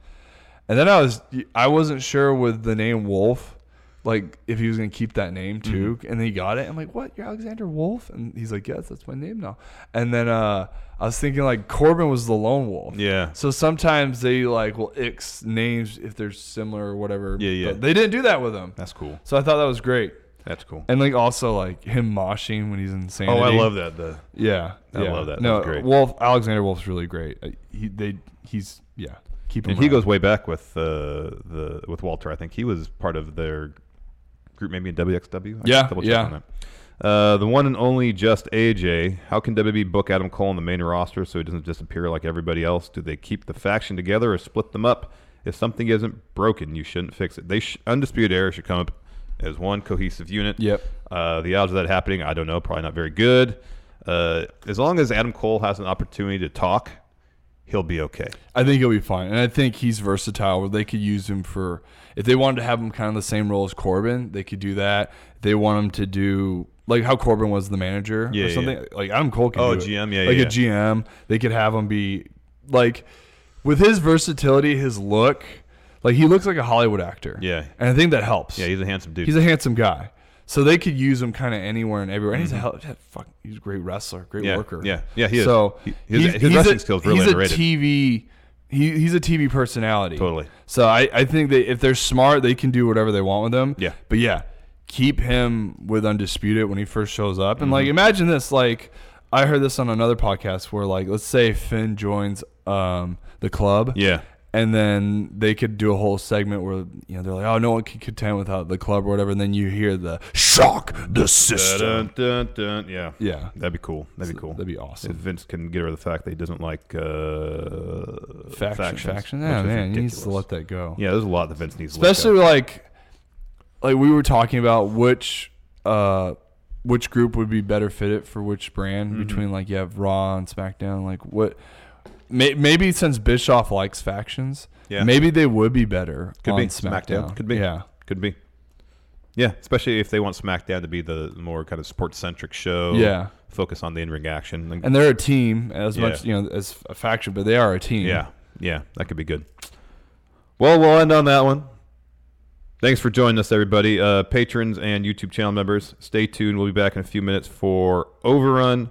E: And then I was I wasn't sure with the name Wolf, like if he was gonna keep that name
D: Mm-hmm.
E: too. And then he got it. I'm like, what? You're Alexander Wolf? And he's like, yes, that's my name now. And then uh, I was thinking like Corbin was the lone wolf.
D: Yeah.
E: So sometimes they like will X names if they're similar or whatever.
D: Yeah, yeah.
E: But they didn't do that with him.
D: That's cool.
E: So I thought that was great.
D: That's cool.
E: And like also like him moshing when he's insane.
D: Oh, I love that, the-
E: yeah,
D: I
E: yeah.
D: love that. That
E: No,
D: was great.
E: Wolf Alexander Wolf's really great. Uh, He they he's yeah. Keep him.
D: And he
E: around.
D: goes way back with uh, the with Walter. I think he was part of their group, maybe in WXW. I
E: Yeah,
D: should double-check
E: yeah.
D: on that. Uh, the one and only just AJ. How can WWE book Adam Cole on the main roster so he doesn't disappear like everybody else? Do they keep the faction together or split them up? If something isn't broken, you shouldn't fix it. They sh- undisputed era should come up as one cohesive unit.
E: Yep.
D: Uh, the odds of that happening, I don't know. Probably not very good. Uh, as long as Adam Cole has an opportunity to talk, he'll be okay.
E: I think he'll be fine, and I think he's versatile. Where they could use him for if they wanted to have him kind of the same role as Corbin, they could do that. If they want him to do like how Corbin was the manager
D: Yeah,
E: or
D: yeah.
E: something. Like Adam Cole can
D: Oh,
E: do it.
D: GM, yeah,
E: like
D: yeah,
E: a GM. They could have him be like with his versatility, his look. Like he looks like a Hollywood actor.
D: Yeah.
E: and I think that helps.
D: Yeah, he's a handsome dude.
E: He's a handsome guy. So they could use him kind of anywhere and everywhere. And he's a hell, fuck, he's a great wrestler, great
D: Mm-hmm. Yeah,
E: worker.
D: yeah, yeah, he is.
E: So
D: He- his-
E: he's-
D: his
E: he's
D: wrestling
E: a,
D: skills really
E: he's
D: underrated.
E: A TV, he, he's a TV personality.
D: Totally.
E: So I, I think that if they're smart, they can do whatever they want with him.
D: Yeah.
E: But yeah, keep him with Undisputed when he first shows up. And like,
D: Mm-hmm.
E: imagine this. Like, I heard this on another podcast where, like, let's say Finn joins um, the club.
D: Yeah.
E: And then they could do a whole segment where you know they're like, "Oh, no one can contend without the club or whatever." And then you hear the shock the system.
D: Dun, dun, dun. Yeah,
E: Yeah.
D: that'd be cool. That'd be cool.
E: that'd be awesome.
D: If Vince can get rid of the fact that he doesn't like uh,
E: Faction,
D: factions,
E: faction.
D: which
E: Yeah,
D: is
E: man, he needs to
D: ridiculous.
E: let that go.
D: Yeah, there's a lot that Vince needs. to let
E: especially like like we were talking about which uh which group would be better fitted for which brand
D: Mm-hmm.
E: between like you have raw and smackdown like what may, maybe since bischoff likes factions
D: Yeah.
E: maybe they would be better
D: go. could
E: on
D: be
E: SmackDown.
D: Could be.
E: yeah
D: could be. Yeah, especially if they want SmackDown to be the more kind of sports centric show.
E: Yeah.
D: focus on the in ring action. Like,
E: and they're a team as
D: Yeah.
E: much you know as a faction but they are a team
D: yeah, yeah, that could be good. Mm-hmm. Well, we'll end on that one. Thanks for joining us, everybody. Uh, patrons and YouTube channel members, stay tuned. We'll be back in a few minutes for Overrun.